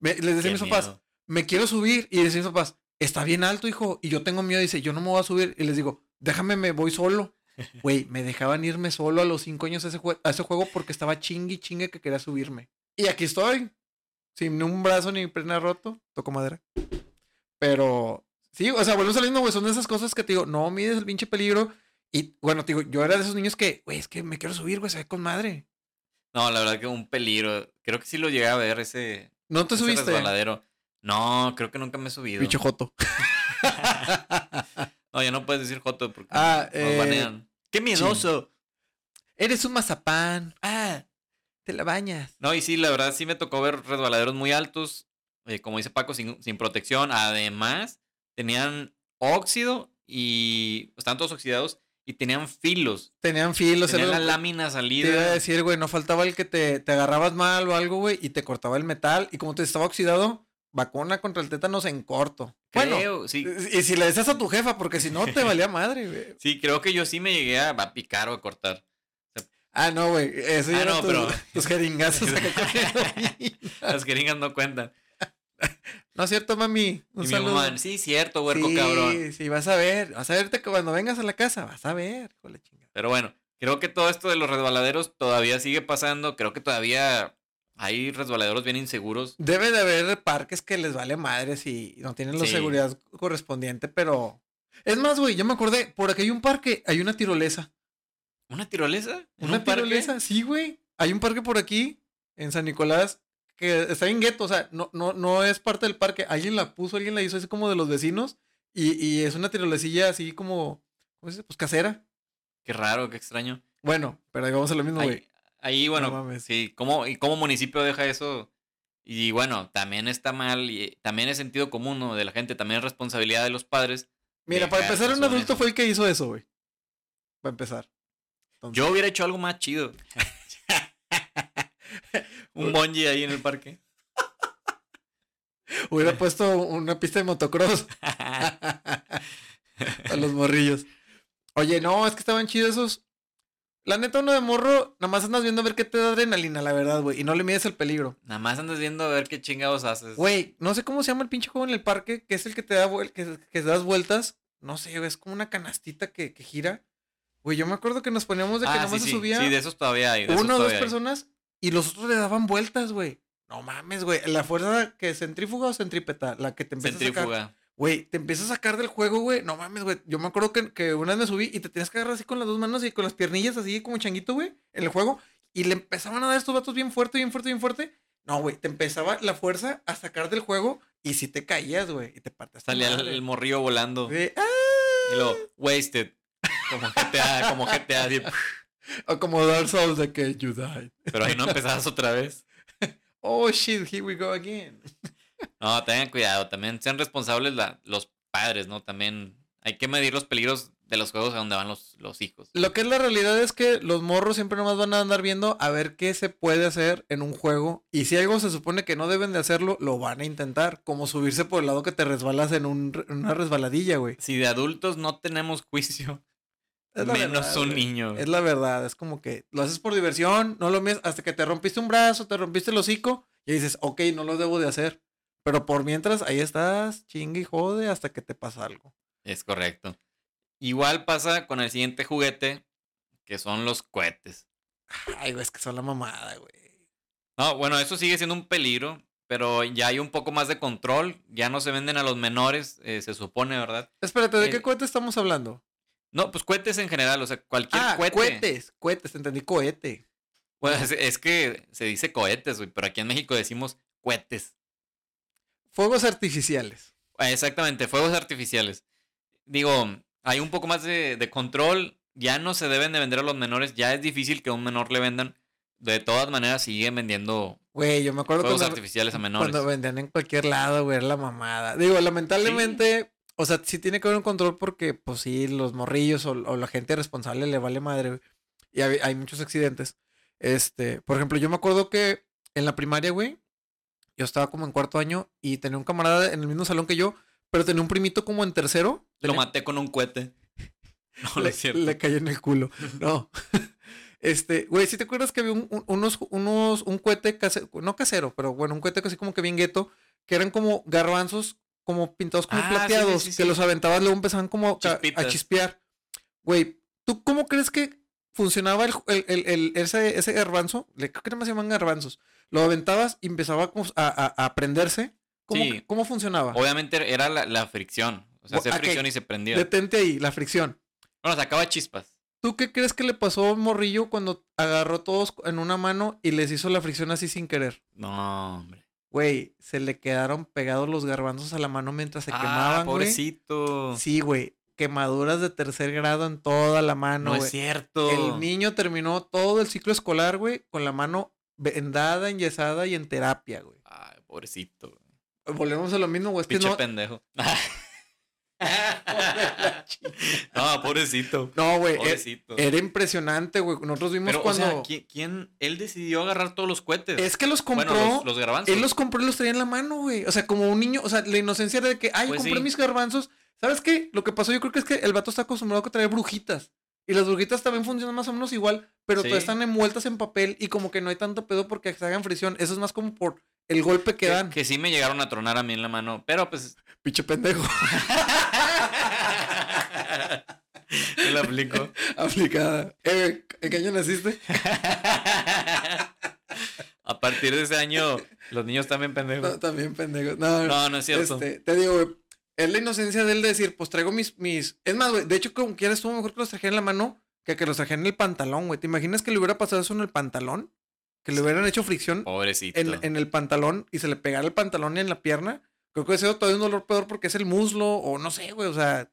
Speaker 3: Me- les decía a
Speaker 2: Qué
Speaker 3: mis papás,
Speaker 2: miedo.
Speaker 3: me quiero subir. Y decía mis papás, está bien alto, hijo. Y yo tengo miedo. Dice, yo no me voy a subir. Y les digo, déjame, me voy solo. Güey, me dejaban irme solo a los cinco años a ese, jue- a ese juego porque estaba chingui chingue que quería subirme. Y aquí estoy. Sin un brazo ni prena roto. Toco madera. Pero sí, o sea, vuelvo saliendo, güey. Son de esas cosas que te digo, no mides el pinche peligro. Y bueno, te digo, yo era de esos niños que, güey, es que me quiero subir, güey, se ve con madre.
Speaker 2: No, la verdad que un peligro. Creo que sí lo llegué a ver ese,
Speaker 3: No te
Speaker 2: ese
Speaker 3: subiste.
Speaker 2: resbaladero. No, creo que nunca me he subido.
Speaker 3: Pinche joto.
Speaker 2: No, ya no puedes decir Joto porque
Speaker 3: Ah,
Speaker 2: nos
Speaker 3: eh,
Speaker 2: banean. ¡Qué miedoso!
Speaker 3: Eres un mazapán. Ah, te la bañas.
Speaker 2: No, y sí, la verdad sí me tocó ver resbaladeros muy altos, eh, como dice Paco, sin, sin protección. Además, tenían óxido y estaban todos oxidados y tenían filos.
Speaker 3: Tenían filos.
Speaker 2: tenían
Speaker 3: era
Speaker 2: la
Speaker 3: lo-
Speaker 2: lámina
Speaker 3: Te iba a
Speaker 2: salida.
Speaker 3: decir, güey, no faltaba el que te, te agarrabas mal o algo, güey, y te cortaba el metal. Y como te estaba oxidado, vacuna contra el tétanos en corto. Bueno,
Speaker 2: Creo, sí.
Speaker 3: y si le decías a tu jefa, porque si no, te valía madre, güey.
Speaker 2: Sí, creo que yo sí me llegué a, a picar o a cortar.
Speaker 3: Ah, no, güey. Eso ya
Speaker 2: Ah,
Speaker 3: eran
Speaker 2: no,
Speaker 3: tus,
Speaker 2: pero-
Speaker 3: tus jeringazos acá con heroína.
Speaker 2: Las jeringas no cuentan.
Speaker 3: No es cierto, mami. Un
Speaker 2: Y mi
Speaker 3: saludo.
Speaker 2: mamá, sí, cierto, huerco
Speaker 3: sí,
Speaker 2: cabrón.
Speaker 3: sí, vas a ver. Vas a verte que cuando vengas a la casa, vas a ver. hijo de la chingada.
Speaker 2: Pero bueno, creo que todo esto de los resbaladeros todavía sigue pasando. Creo que todavía hay resbaladeros bien inseguros.
Speaker 3: Debe de haber parques que les vale madre si no tienen la
Speaker 2: Sí.
Speaker 3: seguridad correspondiente, pero... Es más, güey, yo me acordé, por aquí hay un parque, hay una tirolesa.
Speaker 2: ¿Una tirolesa? ¿En
Speaker 3: ¿Una
Speaker 2: un parque?
Speaker 3: tirolesa? Sí, güey. Hay un parque por aquí, en San Nicolás, que está en gueto, o sea, no, no, no es parte del parque. Alguien la puso, alguien la hizo, es como de los vecinos, y, y es una tirolesilla así como, ¿cómo se dice? Pues casera.
Speaker 2: Qué raro, qué extraño.
Speaker 3: Bueno, pero ahí vamos a lo mismo, güey.
Speaker 2: Ahí, ahí, bueno,
Speaker 3: No mames.
Speaker 2: sí, ¿cómo, ¿y cómo municipio deja eso? Y bueno, también está mal, y también es sentido común ¿no? de la gente, también es responsabilidad de los padres.
Speaker 3: Mira, para
Speaker 2: Dejar
Speaker 3: empezar,
Speaker 2: que
Speaker 3: un
Speaker 2: suban
Speaker 3: adulto
Speaker 2: eso.
Speaker 3: fue el que hizo eso, güey. Para empezar.
Speaker 2: Yo hubiera hecho algo más chido. Un bungee ahí en el parque.
Speaker 3: Hubiera puesto una pista de motocross. A los morrillos. Oye, no, es que estaban chidos esos. La neta, uno de morro, nada más andas viendo a ver qué te da adrenalina, la verdad, güey. Y no le mides el peligro.
Speaker 2: Nada más andas viendo a ver qué chingados haces.
Speaker 3: Güey, no sé cómo se llama el pinche juego en el parque, que es el que te da vuel- que, que das vueltas. No sé, güey, es como una canastita que, que gira. Güey, yo me acuerdo que nos poníamos de que
Speaker 2: Ah,
Speaker 3: nada
Speaker 2: sí,
Speaker 3: más
Speaker 2: sí,
Speaker 3: se subía
Speaker 2: sí, de esos todavía hay. de esos
Speaker 3: una o dos
Speaker 2: todavía hay.
Speaker 3: personas y los otros le daban vueltas, güey. No mames, güey. La fuerza que centrífuga o centrípeta, la que te empieza a sacar.
Speaker 2: Centrífuga.
Speaker 3: Güey, te empieza a sacar del juego, güey. No mames, güey. Yo me acuerdo que, que una vez me subí y te tenías que agarrar así con las dos manos y con las piernillas así como changuito, güey, en el juego. Y le empezaban a dar estos vatos bien fuerte, bien fuerte, bien fuerte. No, güey, te empezaba la fuerza a sacar del juego y si te caías, güey, y te partías. tu
Speaker 2: Salía el,
Speaker 3: madre.
Speaker 2: el morrillo volando.
Speaker 3: Güey, ¡ah!
Speaker 2: Y luego, wasted. Como GTA, como GTA. así,
Speaker 3: O como Dark Souls de que you died.
Speaker 2: Pero ahí no empezabas otra vez.
Speaker 3: Oh shit, here we go again.
Speaker 2: No, tengan cuidado. También sean responsables la- los padres, ¿no? También hay que medir los peligros de los juegos a donde van los, los hijos.
Speaker 3: Lo que es la realidad es que los morros siempre nomás van a andar viendo a ver qué se puede hacer en un juego. Y si algo se supone que no deben de hacerlo, lo van a intentar. Como subirse por el lado que te resbalas en, un re- en una resbaladilla, güey.
Speaker 2: Si de adultos no tenemos juicio,
Speaker 3: Es la
Speaker 2: menos
Speaker 3: verdad,
Speaker 2: un
Speaker 3: güey.
Speaker 2: niño.
Speaker 3: Es la verdad. Es como que lo haces por diversión, no lo miras hasta que te rompiste un brazo, te rompiste el hocico. Y dices, ok, no lo debo de hacer. Pero por mientras, ahí estás, chingue y jode hasta que te pasa algo.
Speaker 2: Es correcto. Igual pasa con el siguiente juguete, que son los cohetes.
Speaker 3: Ay, güey, es que son la mamada, güey.
Speaker 2: No, bueno, eso sigue siendo un peligro, pero ya hay un poco más de control. Ya no se venden a los menores, eh, se supone, ¿verdad?
Speaker 3: Espérate, ¿de qué
Speaker 2: El-
Speaker 3: cohete estamos hablando?
Speaker 2: No, pues cohetes en general, o sea, cualquier
Speaker 3: Ah,
Speaker 2: cohete.
Speaker 3: cohetes, cohetes, entendí cohete.
Speaker 2: Bueno, es, es que se dice cohetes, güey, pero aquí en México decimos cohetes.
Speaker 3: Fuegos artificiales.
Speaker 2: Ah, Exactamente, fuegos artificiales. digo, hay un poco más de, de control. Ya no se deben de vender a los menores. Ya es difícil que a un menor le vendan. De todas maneras, siguen vendiendo
Speaker 3: Güey, yo me acuerdo
Speaker 2: juegos
Speaker 3: cuando,
Speaker 2: artificiales a menores.
Speaker 3: cuando vendían en cualquier lado, güey, era la mamada. Digo, lamentablemente, o sea, sí tiene que haber un control porque, pues sí, los morrillos o, o la gente responsable le vale madre, güey. Y hay, hay muchos accidentes. Este, por ejemplo, yo me acuerdo que en la primaria, güey, yo estaba como en cuarto año y tenía un camarada en el mismo salón que yo, pero tenía un primito como en tercero.
Speaker 2: Lo
Speaker 3: Tenía-
Speaker 2: maté con un cohete. No, no
Speaker 3: le,
Speaker 2: es cierto.
Speaker 3: le cayó en el culo. No. Este, güey, si te acuerdas que había un, un- unos, unos, un cohete casero, no casero, pero bueno, un cohete casi como que bien gueto, que eran como garbanzos, como pintados como
Speaker 2: Ah, sí, sí,
Speaker 3: plateados,
Speaker 2: sí,
Speaker 3: que
Speaker 2: sí.
Speaker 3: los aventabas, luego empezaban como ca- a
Speaker 2: Chispitas.
Speaker 3: chispear. Güey, ¿tú cómo crees que funcionaba el, el- el- el- ese, ese garbanzo? Le, creo que nomás se llaman garbanzos. Lo aventabas y empezaba como a, a, a prenderse. ¿Cómo,
Speaker 2: Sí.
Speaker 3: ¿Cómo funcionaba?
Speaker 2: Obviamente era la, la fricción. O sea,
Speaker 3: Bu- ah,
Speaker 2: hacía
Speaker 3: ok.
Speaker 2: fricción y se prendía.
Speaker 3: Detente ahí, la fricción.
Speaker 2: Bueno, sacaba chispas.
Speaker 3: ¿Tú qué crees que le pasó a un morrillo cuando agarró a todos en una mano y les hizo la fricción así sin querer?
Speaker 2: No, hombre.
Speaker 3: Güey, se le quedaron pegados los garbanzos a la mano mientras se
Speaker 2: Ah,
Speaker 3: quemaban, güey.
Speaker 2: pobrecito.
Speaker 3: Sí, güey. Quemaduras de tercer grado en toda la mano,
Speaker 2: no es
Speaker 3: güey.
Speaker 2: cierto.
Speaker 3: el niño terminó todo el ciclo escolar, güey, con la mano vendada, enyesada y en terapia, güey.
Speaker 2: Ay, pobrecito.
Speaker 3: Volvemos a lo mismo, güey. Es que
Speaker 2: Pinche
Speaker 3: no,
Speaker 2: pendejo. no, pobrecito.
Speaker 3: no, güey. er-
Speaker 2: Pobrecito.
Speaker 3: Era impresionante, güey. Nosotros vimos
Speaker 2: Pero,
Speaker 3: cuando.
Speaker 2: o sea, ¿qui- ¿quién? Él decidió agarrar todos los cohetes.
Speaker 3: Es que los compró.
Speaker 2: bueno, los, los garbanzos.
Speaker 3: Él los compró y los traía en la mano, güey. O sea, como un niño, o sea, la inocencia era de que, ay, yo
Speaker 2: Pues
Speaker 3: compré
Speaker 2: sí.
Speaker 3: mis garbanzos. ¿Sabes qué? Lo que pasó yo creo que es que el vato está acostumbrado a traer brujitas. Y las brujitas también funcionan más o menos igual, pero
Speaker 2: Sí.
Speaker 3: todas están envueltas en papel y como que no hay tanto pedo porque se hagan fricción. Eso es más como por el golpe
Speaker 2: que,
Speaker 3: que, dan.
Speaker 2: que sí me llegaron a tronar a mí en la mano. Pero pues.
Speaker 3: Pinche pendejo.
Speaker 2: Yo lo aplico.
Speaker 3: Aplicada. Eh, ¿En qué año naciste?
Speaker 2: a partir de ese año, los niños también
Speaker 3: No,
Speaker 2: pendejos.
Speaker 3: también pendejo. No,
Speaker 2: No, no es cierto.
Speaker 3: Este, te digo, güey, es la inocencia de él de decir, pues traigo mis, mis... Es más, güey, de hecho, como quieras, estuvo mejor que los trajera en la mano que que los trajera en el pantalón, güey. ¿Te imaginas que le hubiera pasado eso en el pantalón? Que le hubieran hecho fricción
Speaker 2: Pobrecito.
Speaker 3: en, en el pantalón y se le pegara el pantalón y en la pierna. Creo que ese sido todavía un dolor peor porque es el muslo o no sé, güey. O sea,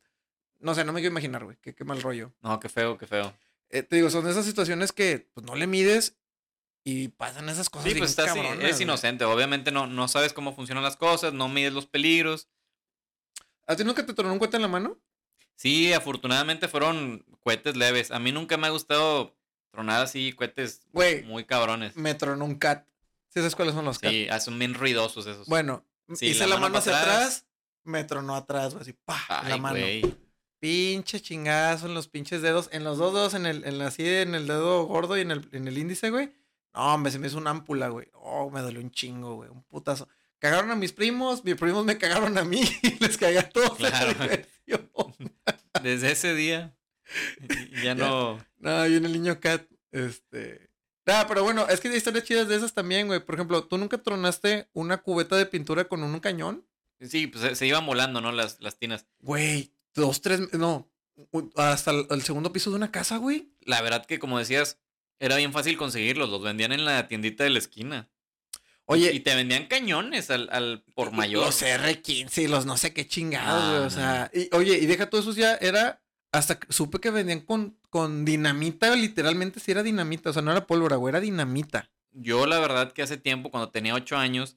Speaker 3: no sé, no me quiero imaginar, güey. Qué, qué mal rollo.
Speaker 2: No, qué feo, qué feo.
Speaker 3: Eh, te digo, son esas situaciones que pues, no le mides y pasan esas cosas.
Speaker 2: Sí, pues
Speaker 3: bien
Speaker 2: estás, sí,
Speaker 3: cabronas,
Speaker 2: eres
Speaker 3: güey.
Speaker 2: inocente. Obviamente no, no sabes cómo funcionan las cosas, no mides los peligros.
Speaker 3: ¿A ti nunca te tornó un cuete en la mano?
Speaker 2: Sí, afortunadamente fueron cohetes leves. A mí nunca me ha gustado tronar así cohetes
Speaker 3: Güey,
Speaker 2: muy cabrones.
Speaker 3: me tronó un cat. ¿Sí sabes cuáles son los cats?
Speaker 2: Sí, ah, son bien ruidosos esos.
Speaker 3: Bueno,
Speaker 2: Sí,
Speaker 3: hice
Speaker 2: la
Speaker 3: la, mano,
Speaker 2: mano pa'
Speaker 3: hacia
Speaker 2: atrás.
Speaker 3: atrás, me tronó atrás, güey, así, pa, en la
Speaker 2: Ay,
Speaker 3: mano.
Speaker 2: güey.
Speaker 3: Pinche chingazo en los pinches dedos, en los dos dedos, en el, en la así, en el dedo gordo y en el, en el índice, güey. No, hombre, se me hizo una ámpula, güey. Oh, me dolió un chingo, güey, un putazo. Cagaron a mis primos, mis primos me cagaron a mí y les cagué a todos. en la
Speaker 2: Claro.
Speaker 3: diversión.
Speaker 2: Desde ese día ya no.
Speaker 3: No, y en el niño cat, este... Ah, pero bueno, es que hay historias chidas de esas también, güey. Por ejemplo, ¿tú nunca tronaste una cubeta de pintura con un cañón?
Speaker 2: Sí, pues se- se iban volando, ¿no? Las, las tinas.
Speaker 3: Güey, dos, tres, no, u- hasta el, el segundo piso de una casa, güey.
Speaker 2: La verdad que, como decías, era bien fácil conseguirlos. Los vendían en la tiendita de la esquina.
Speaker 3: Oye,
Speaker 2: Y te vendían cañones al, al por mayor.
Speaker 3: Los R15 y los no sé qué chingados,
Speaker 2: Ah,
Speaker 3: güey. O
Speaker 2: no.
Speaker 3: sea, y, oye, y deja todo eso ya, era, hasta que supe que vendían con, con dinamita, literalmente, si era dinamita, o sea, no era pólvora, güey, era dinamita.
Speaker 2: Yo, la verdad, que hace tiempo, cuando tenía ocho años,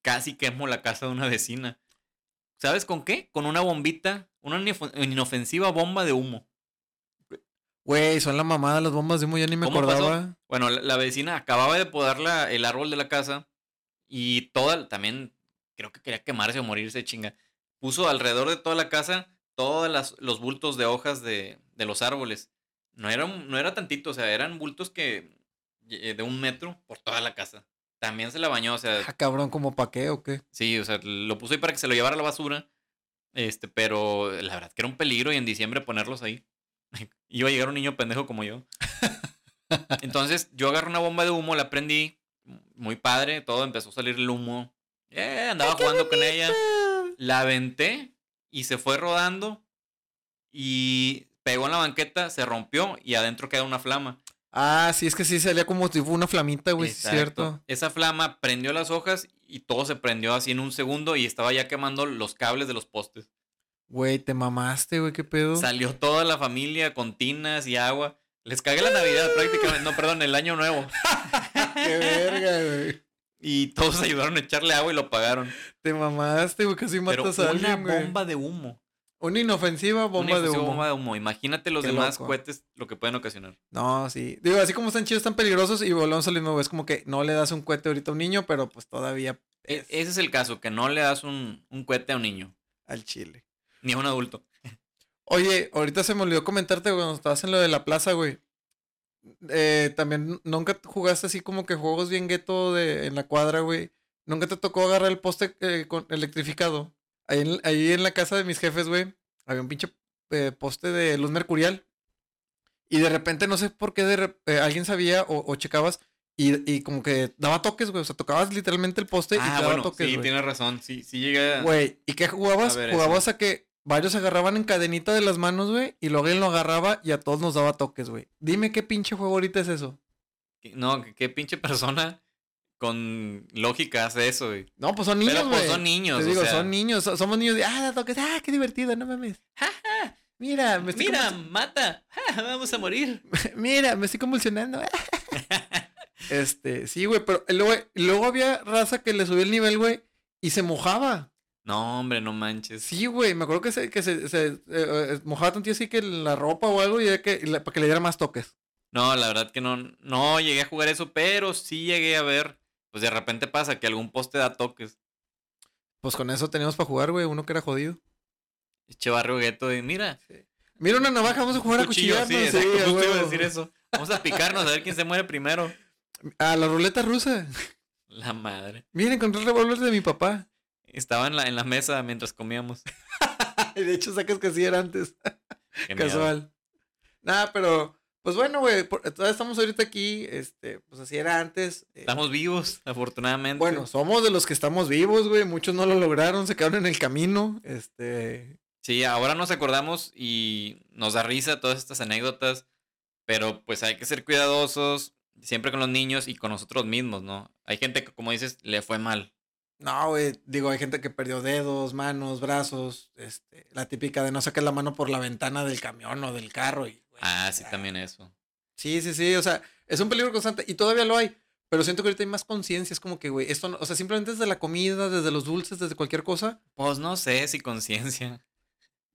Speaker 2: casi quemo la casa de una vecina. ¿Sabes con qué? Con una bombita, una inofo- inofensiva bomba de humo.
Speaker 3: Güey, son la mamada las bombas de humo, ya ni me
Speaker 2: ¿Cómo pasó?
Speaker 3: acordaba.
Speaker 2: Bueno, la, la vecina acababa de podar la- el árbol de la casa y toda, también creo que quería quemarse o morirse, chinga. Puso alrededor de toda la casa todos los bultos de hojas de, de los árboles. No era, un- no era tantito, o sea, eran bultos que eh, de un metro por toda la casa. También se la bañó, o sea,
Speaker 3: Ah, cabrón, ¿como pa' qué o qué?
Speaker 2: Sí, o sea, lo puso ahí para que se lo llevara a la basura. Este, pero la verdad que era un peligro y en diciembre ponerlos ahí. Iba a llegar un niño pendejo como yo. Entonces, yo agarré una bomba de humo, la prendí. Muy padre, todo empezó a salir el humo. Eh, andaba jugando con ella. La aventé y se fue rodando. Y pegó en la banqueta, se rompió y adentro queda una flama.
Speaker 3: Ah, sí, es que sí salía como tipo una flamita, güey, sí es
Speaker 2: Exacto.
Speaker 3: cierto.
Speaker 2: Esa flama prendió las hojas y todo se prendió así en un segundo y estaba ya quemando los cables de los postes.
Speaker 3: Güey, te mamaste, güey, qué pedo.
Speaker 2: Salió toda la familia con tinas y agua. Les cagué la Navidad prácticamente. No, perdón, el Año Nuevo.
Speaker 3: qué verga, güey.
Speaker 2: Y todos ayudaron a echarle agua y lo pagaron.
Speaker 3: Te mamaste, güey, casi
Speaker 2: Pero
Speaker 3: matas a
Speaker 2: una
Speaker 3: alguien, güey.
Speaker 2: bomba de humo.
Speaker 3: Una inofensiva bomba
Speaker 2: una
Speaker 3: de
Speaker 2: infusión
Speaker 3: humo.
Speaker 2: bomba de humo. Imagínate los
Speaker 3: Qué
Speaker 2: demás
Speaker 3: loco.
Speaker 2: cohetes lo que pueden ocasionar.
Speaker 3: No, sí. Digo, así como están chidos, están peligrosos y volvemos al mismo, güey. Es como que no le das un cohete ahorita a un niño, pero pues todavía
Speaker 2: E-
Speaker 3: es
Speaker 2: ese es el caso, que no le das un, un cohete a un niño,
Speaker 3: al chile.
Speaker 2: ni a un adulto.
Speaker 3: Oye, ahorita se me olvidó comentarte güey, cuando estabas en lo de la plaza, güey. Eh, también nunca jugaste así como que juegos bien gueto de en la cuadra, güey. Nunca te tocó agarrar el poste eh, con- electrificado. Ahí en, ahí en la casa de mis jefes, güey, había un pinche eh, poste de luz mercurial. Y de repente, no sé por qué, de rep- eh, alguien sabía o, o checabas y, y como que daba toques, güey. O sea, tocabas literalmente el poste y
Speaker 2: ah,
Speaker 3: te daba
Speaker 2: bueno,
Speaker 3: toques,
Speaker 2: sí,
Speaker 3: güey.
Speaker 2: tienes razón. Sí, sí llega...
Speaker 3: Güey, ¿y qué jugabas?
Speaker 2: Ah. A ver,
Speaker 3: jugabas a que varios se agarraban en cadenita de las manos, güey, y luego él lo agarraba y a todos nos daba toques, güey. Dime qué pinche juego ahorita es eso.
Speaker 2: No, qué- qué pinche persona con lógica hace eso, güey.
Speaker 3: No, pues son niños,
Speaker 2: Pero
Speaker 3: güey.
Speaker 2: pues son niños,
Speaker 3: Te
Speaker 2: o
Speaker 3: digo,
Speaker 2: sea.
Speaker 3: son niños, so- somos niños de, ah, da toques, ah, qué divertido, no mames. Mira, me estoy
Speaker 2: Mira, mata. Ja, vamos a morir.
Speaker 3: convul- mira, me estoy convulsionando. este, sí, güey, pero luego, luego había raza que le subía el nivel, güey, y se mojaba.
Speaker 2: No, hombre, no manches.
Speaker 3: Sí, güey, me acuerdo que se, que se, se, eh, eh, mojaba tanto así que la ropa o algo y era que, la- para que le diera más toques.
Speaker 2: No, la verdad que no, no llegué a jugar eso, pero sí llegué a ver. Pues de repente pasa que algún poste da toques.
Speaker 3: Pues con eso teníamos para jugar, güey. Uno que era jodido.
Speaker 2: Eche barrio gueto y mira.
Speaker 3: Mira una navaja, vamos a jugar a
Speaker 2: cuchillo,
Speaker 3: cuchillarnos.
Speaker 2: sí,
Speaker 3: Sí,
Speaker 2: exacto, justo
Speaker 3: a
Speaker 2: iba a
Speaker 3: huevo.
Speaker 2: decir eso. Vamos a picarnos a ver quién se muere primero.
Speaker 3: A la ruleta rusa.
Speaker 2: La madre.
Speaker 3: Miren, encontré el revólver de mi papá.
Speaker 2: Estaba en la, en la mesa mientras comíamos.
Speaker 3: Ay, de hecho, sacas que así era antes.
Speaker 2: Qué miedo.
Speaker 3: Casual. Nada, pero... Pues bueno, güey. por- Todavía estamos ahorita aquí. Este, pues así era antes. eh,
Speaker 2: Estamos vivos, afortunadamente.
Speaker 3: Bueno, somos de los que estamos vivos, güey. Muchos no lo lograron, se quedaron en el camino. Este...
Speaker 2: Sí, ahora nos acordamos y nos da risa todas estas anécdotas, pero pues hay que ser cuidadosos siempre con los niños y con nosotros mismos, ¿no? Hay gente que, como dices, le fue mal.
Speaker 3: No, güey. Digo, hay gente que perdió dedos, manos, brazos. Este, la típica de no sacar la mano por la ventana del camión o del carro. Y, güey,
Speaker 2: Ah,
Speaker 3: o
Speaker 2: sí,
Speaker 3: sea,
Speaker 2: también eso.
Speaker 3: Sí, sí, sí. O sea, es un peligro constante y todavía lo hay. Pero siento que ahorita hay más conciencia. Es como que, güey, esto, no- o sea, simplemente desde la comida, desde los dulces, desde cualquier cosa.
Speaker 2: Pues no sé si conciencia.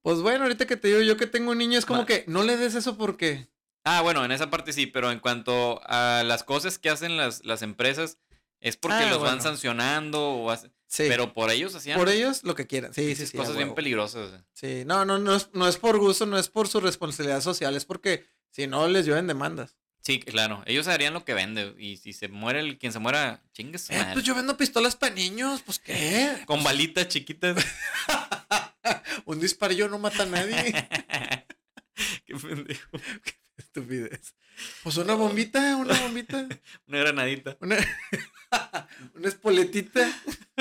Speaker 3: Pues bueno, ahorita que te digo yo que tengo un niño, es como
Speaker 2: Ma-
Speaker 3: que no le des eso porque.
Speaker 2: Ah, bueno, en esa parte sí, pero en cuanto a las cosas que hacen las, las empresas, es porque
Speaker 3: Ah,
Speaker 2: los van
Speaker 3: bueno.
Speaker 2: sancionando, o hace-
Speaker 3: Sí.
Speaker 2: pero por ellos hacían
Speaker 3: por ellos, lo que quieran. Sí, sí,
Speaker 2: pinches
Speaker 3: sí. a
Speaker 2: cosas pues, bien
Speaker 3: huevo.
Speaker 2: peligrosas.
Speaker 3: Sí, no, no, no es, no es por gusto, no es por su responsabilidad social, es porque si no les llueven demandas.
Speaker 2: Sí, claro, ellos harían lo que vende y si se muere el quien se muera, chingues.
Speaker 3: Eh, pues yo vendo pistolas para niños, pues qué.
Speaker 2: Con balitas chiquitas.
Speaker 3: Un disparillo no mata a nadie.
Speaker 2: Qué pendejo.
Speaker 3: Estupidez. Pues una bombita, una bombita.
Speaker 2: Una granadita.
Speaker 3: Una, una espoletita.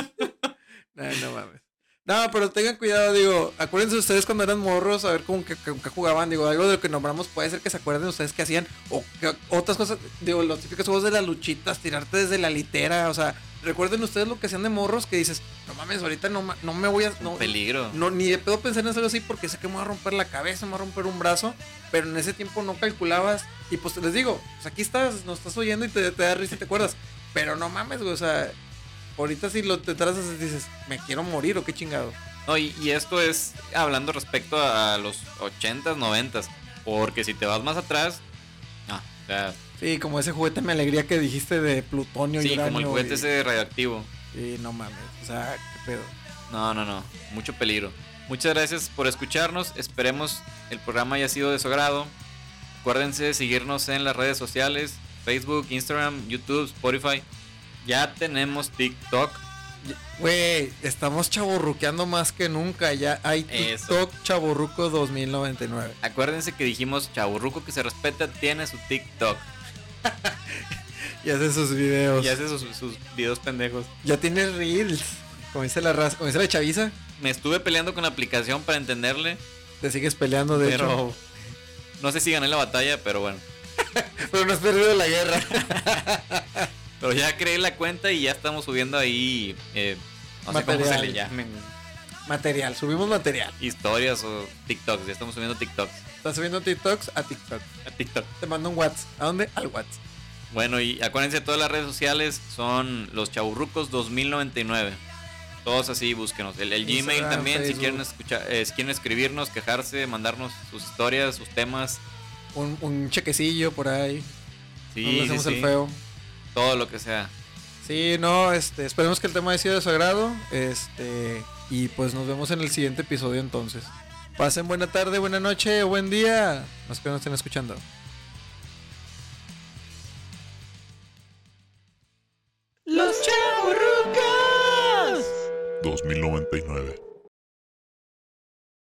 Speaker 3: no, no mames. No, pero tengan cuidado, digo, acuérdense ustedes cuando eran morros, a ver con qué, con qué jugaban, digo, algo de lo que nombramos puede ser que se acuerden ustedes que hacían, o que- otras cosas, digo, los típicos juegos de las luchitas, tirarte desde la litera, o sea, recuerden ustedes lo que hacían de morros que dices, no mames, ahorita no, ma- no me voy a, no,
Speaker 2: Peligro.
Speaker 3: no, ni de pedo pensar en algo así porque sé que me va a romper la cabeza, me va a romper un brazo, pero en ese tiempo no calculabas. Y pues les digo, pues aquí estás, nos estás oyendo y te, te da risa y te acuerdas. Pero no mames, güey, o sea, ahorita si lo te trazas dices, me quiero morir o qué chingado.
Speaker 2: No, y, y esto es hablando respecto a, a los 80s, 90s. Porque si te vas más atrás. Ah, o sea,
Speaker 3: Sí, como ese juguete me alegría que dijiste de plutonio y
Speaker 2: sí,
Speaker 3: uranio.
Speaker 2: como el
Speaker 3: y-
Speaker 2: juguete ese radioactivo.
Speaker 3: y no mames, o sea, qué pedo.
Speaker 2: No, no, no. Mucho peligro. Muchas gracias por escucharnos. Esperemos el programa haya sido de su agrado. Acuérdense de seguirnos en las redes sociales: Facebook, Instagram, YouTube, Spotify. Ya tenemos TikTok.
Speaker 3: Güey, estamos chaborruqueando más que nunca. Ya hay
Speaker 2: Eso.
Speaker 3: TikTok chaborruco 2099.
Speaker 2: Acuérdense que dijimos: Chaburruco que se respeta tiene su TikTok.
Speaker 3: Y hace sus videos.
Speaker 2: Y hace sus, sus videos pendejos.
Speaker 3: Ya tienes reels. Como dice la raza, como dice la chaviza,
Speaker 2: Me estuve peleando con la aplicación para entenderle,
Speaker 3: te sigues peleando de
Speaker 2: pero
Speaker 3: hecho.
Speaker 2: no sé si gané la batalla, pero bueno.
Speaker 3: Pero no has perdido la guerra.
Speaker 2: Pero ya creé la cuenta y ya estamos subiendo ahí, eh, no sé cómo se le
Speaker 3: Material.
Speaker 2: llamen,
Speaker 3: Material, subimos material.
Speaker 2: Historias o TikToks. Ya estamos subiendo TikToks.
Speaker 3: Estás subiendo TikToks a TikTok.
Speaker 2: A TikTok.
Speaker 3: Te mando un WhatsApp. ¿A dónde? Al WhatsApp.
Speaker 2: Bueno, y acuérdense, todas las redes sociales son los chaburrucos 2099. Todos así, búsquenos. El, el
Speaker 3: Instagram,
Speaker 2: Gmail también, si
Speaker 3: Facebook.
Speaker 2: quieren escuchar, eh, si quieren escribirnos, quejarse, mandarnos sus historias, sus temas.
Speaker 3: Un, un chequecillo por ahí.
Speaker 2: Sí,
Speaker 3: no le
Speaker 2: sí,
Speaker 3: hacemos
Speaker 2: sí,
Speaker 3: el feo.
Speaker 2: Todo lo que sea.
Speaker 3: Sí, no, este, esperemos que el tema haya sido de su agrado. Este, y pues nos vemos en el siguiente episodio entonces. Pasen buena tarde, buena noche, buen día. Los que nos estén escuchando.
Speaker 1: Los chavos
Speaker 4: 2099.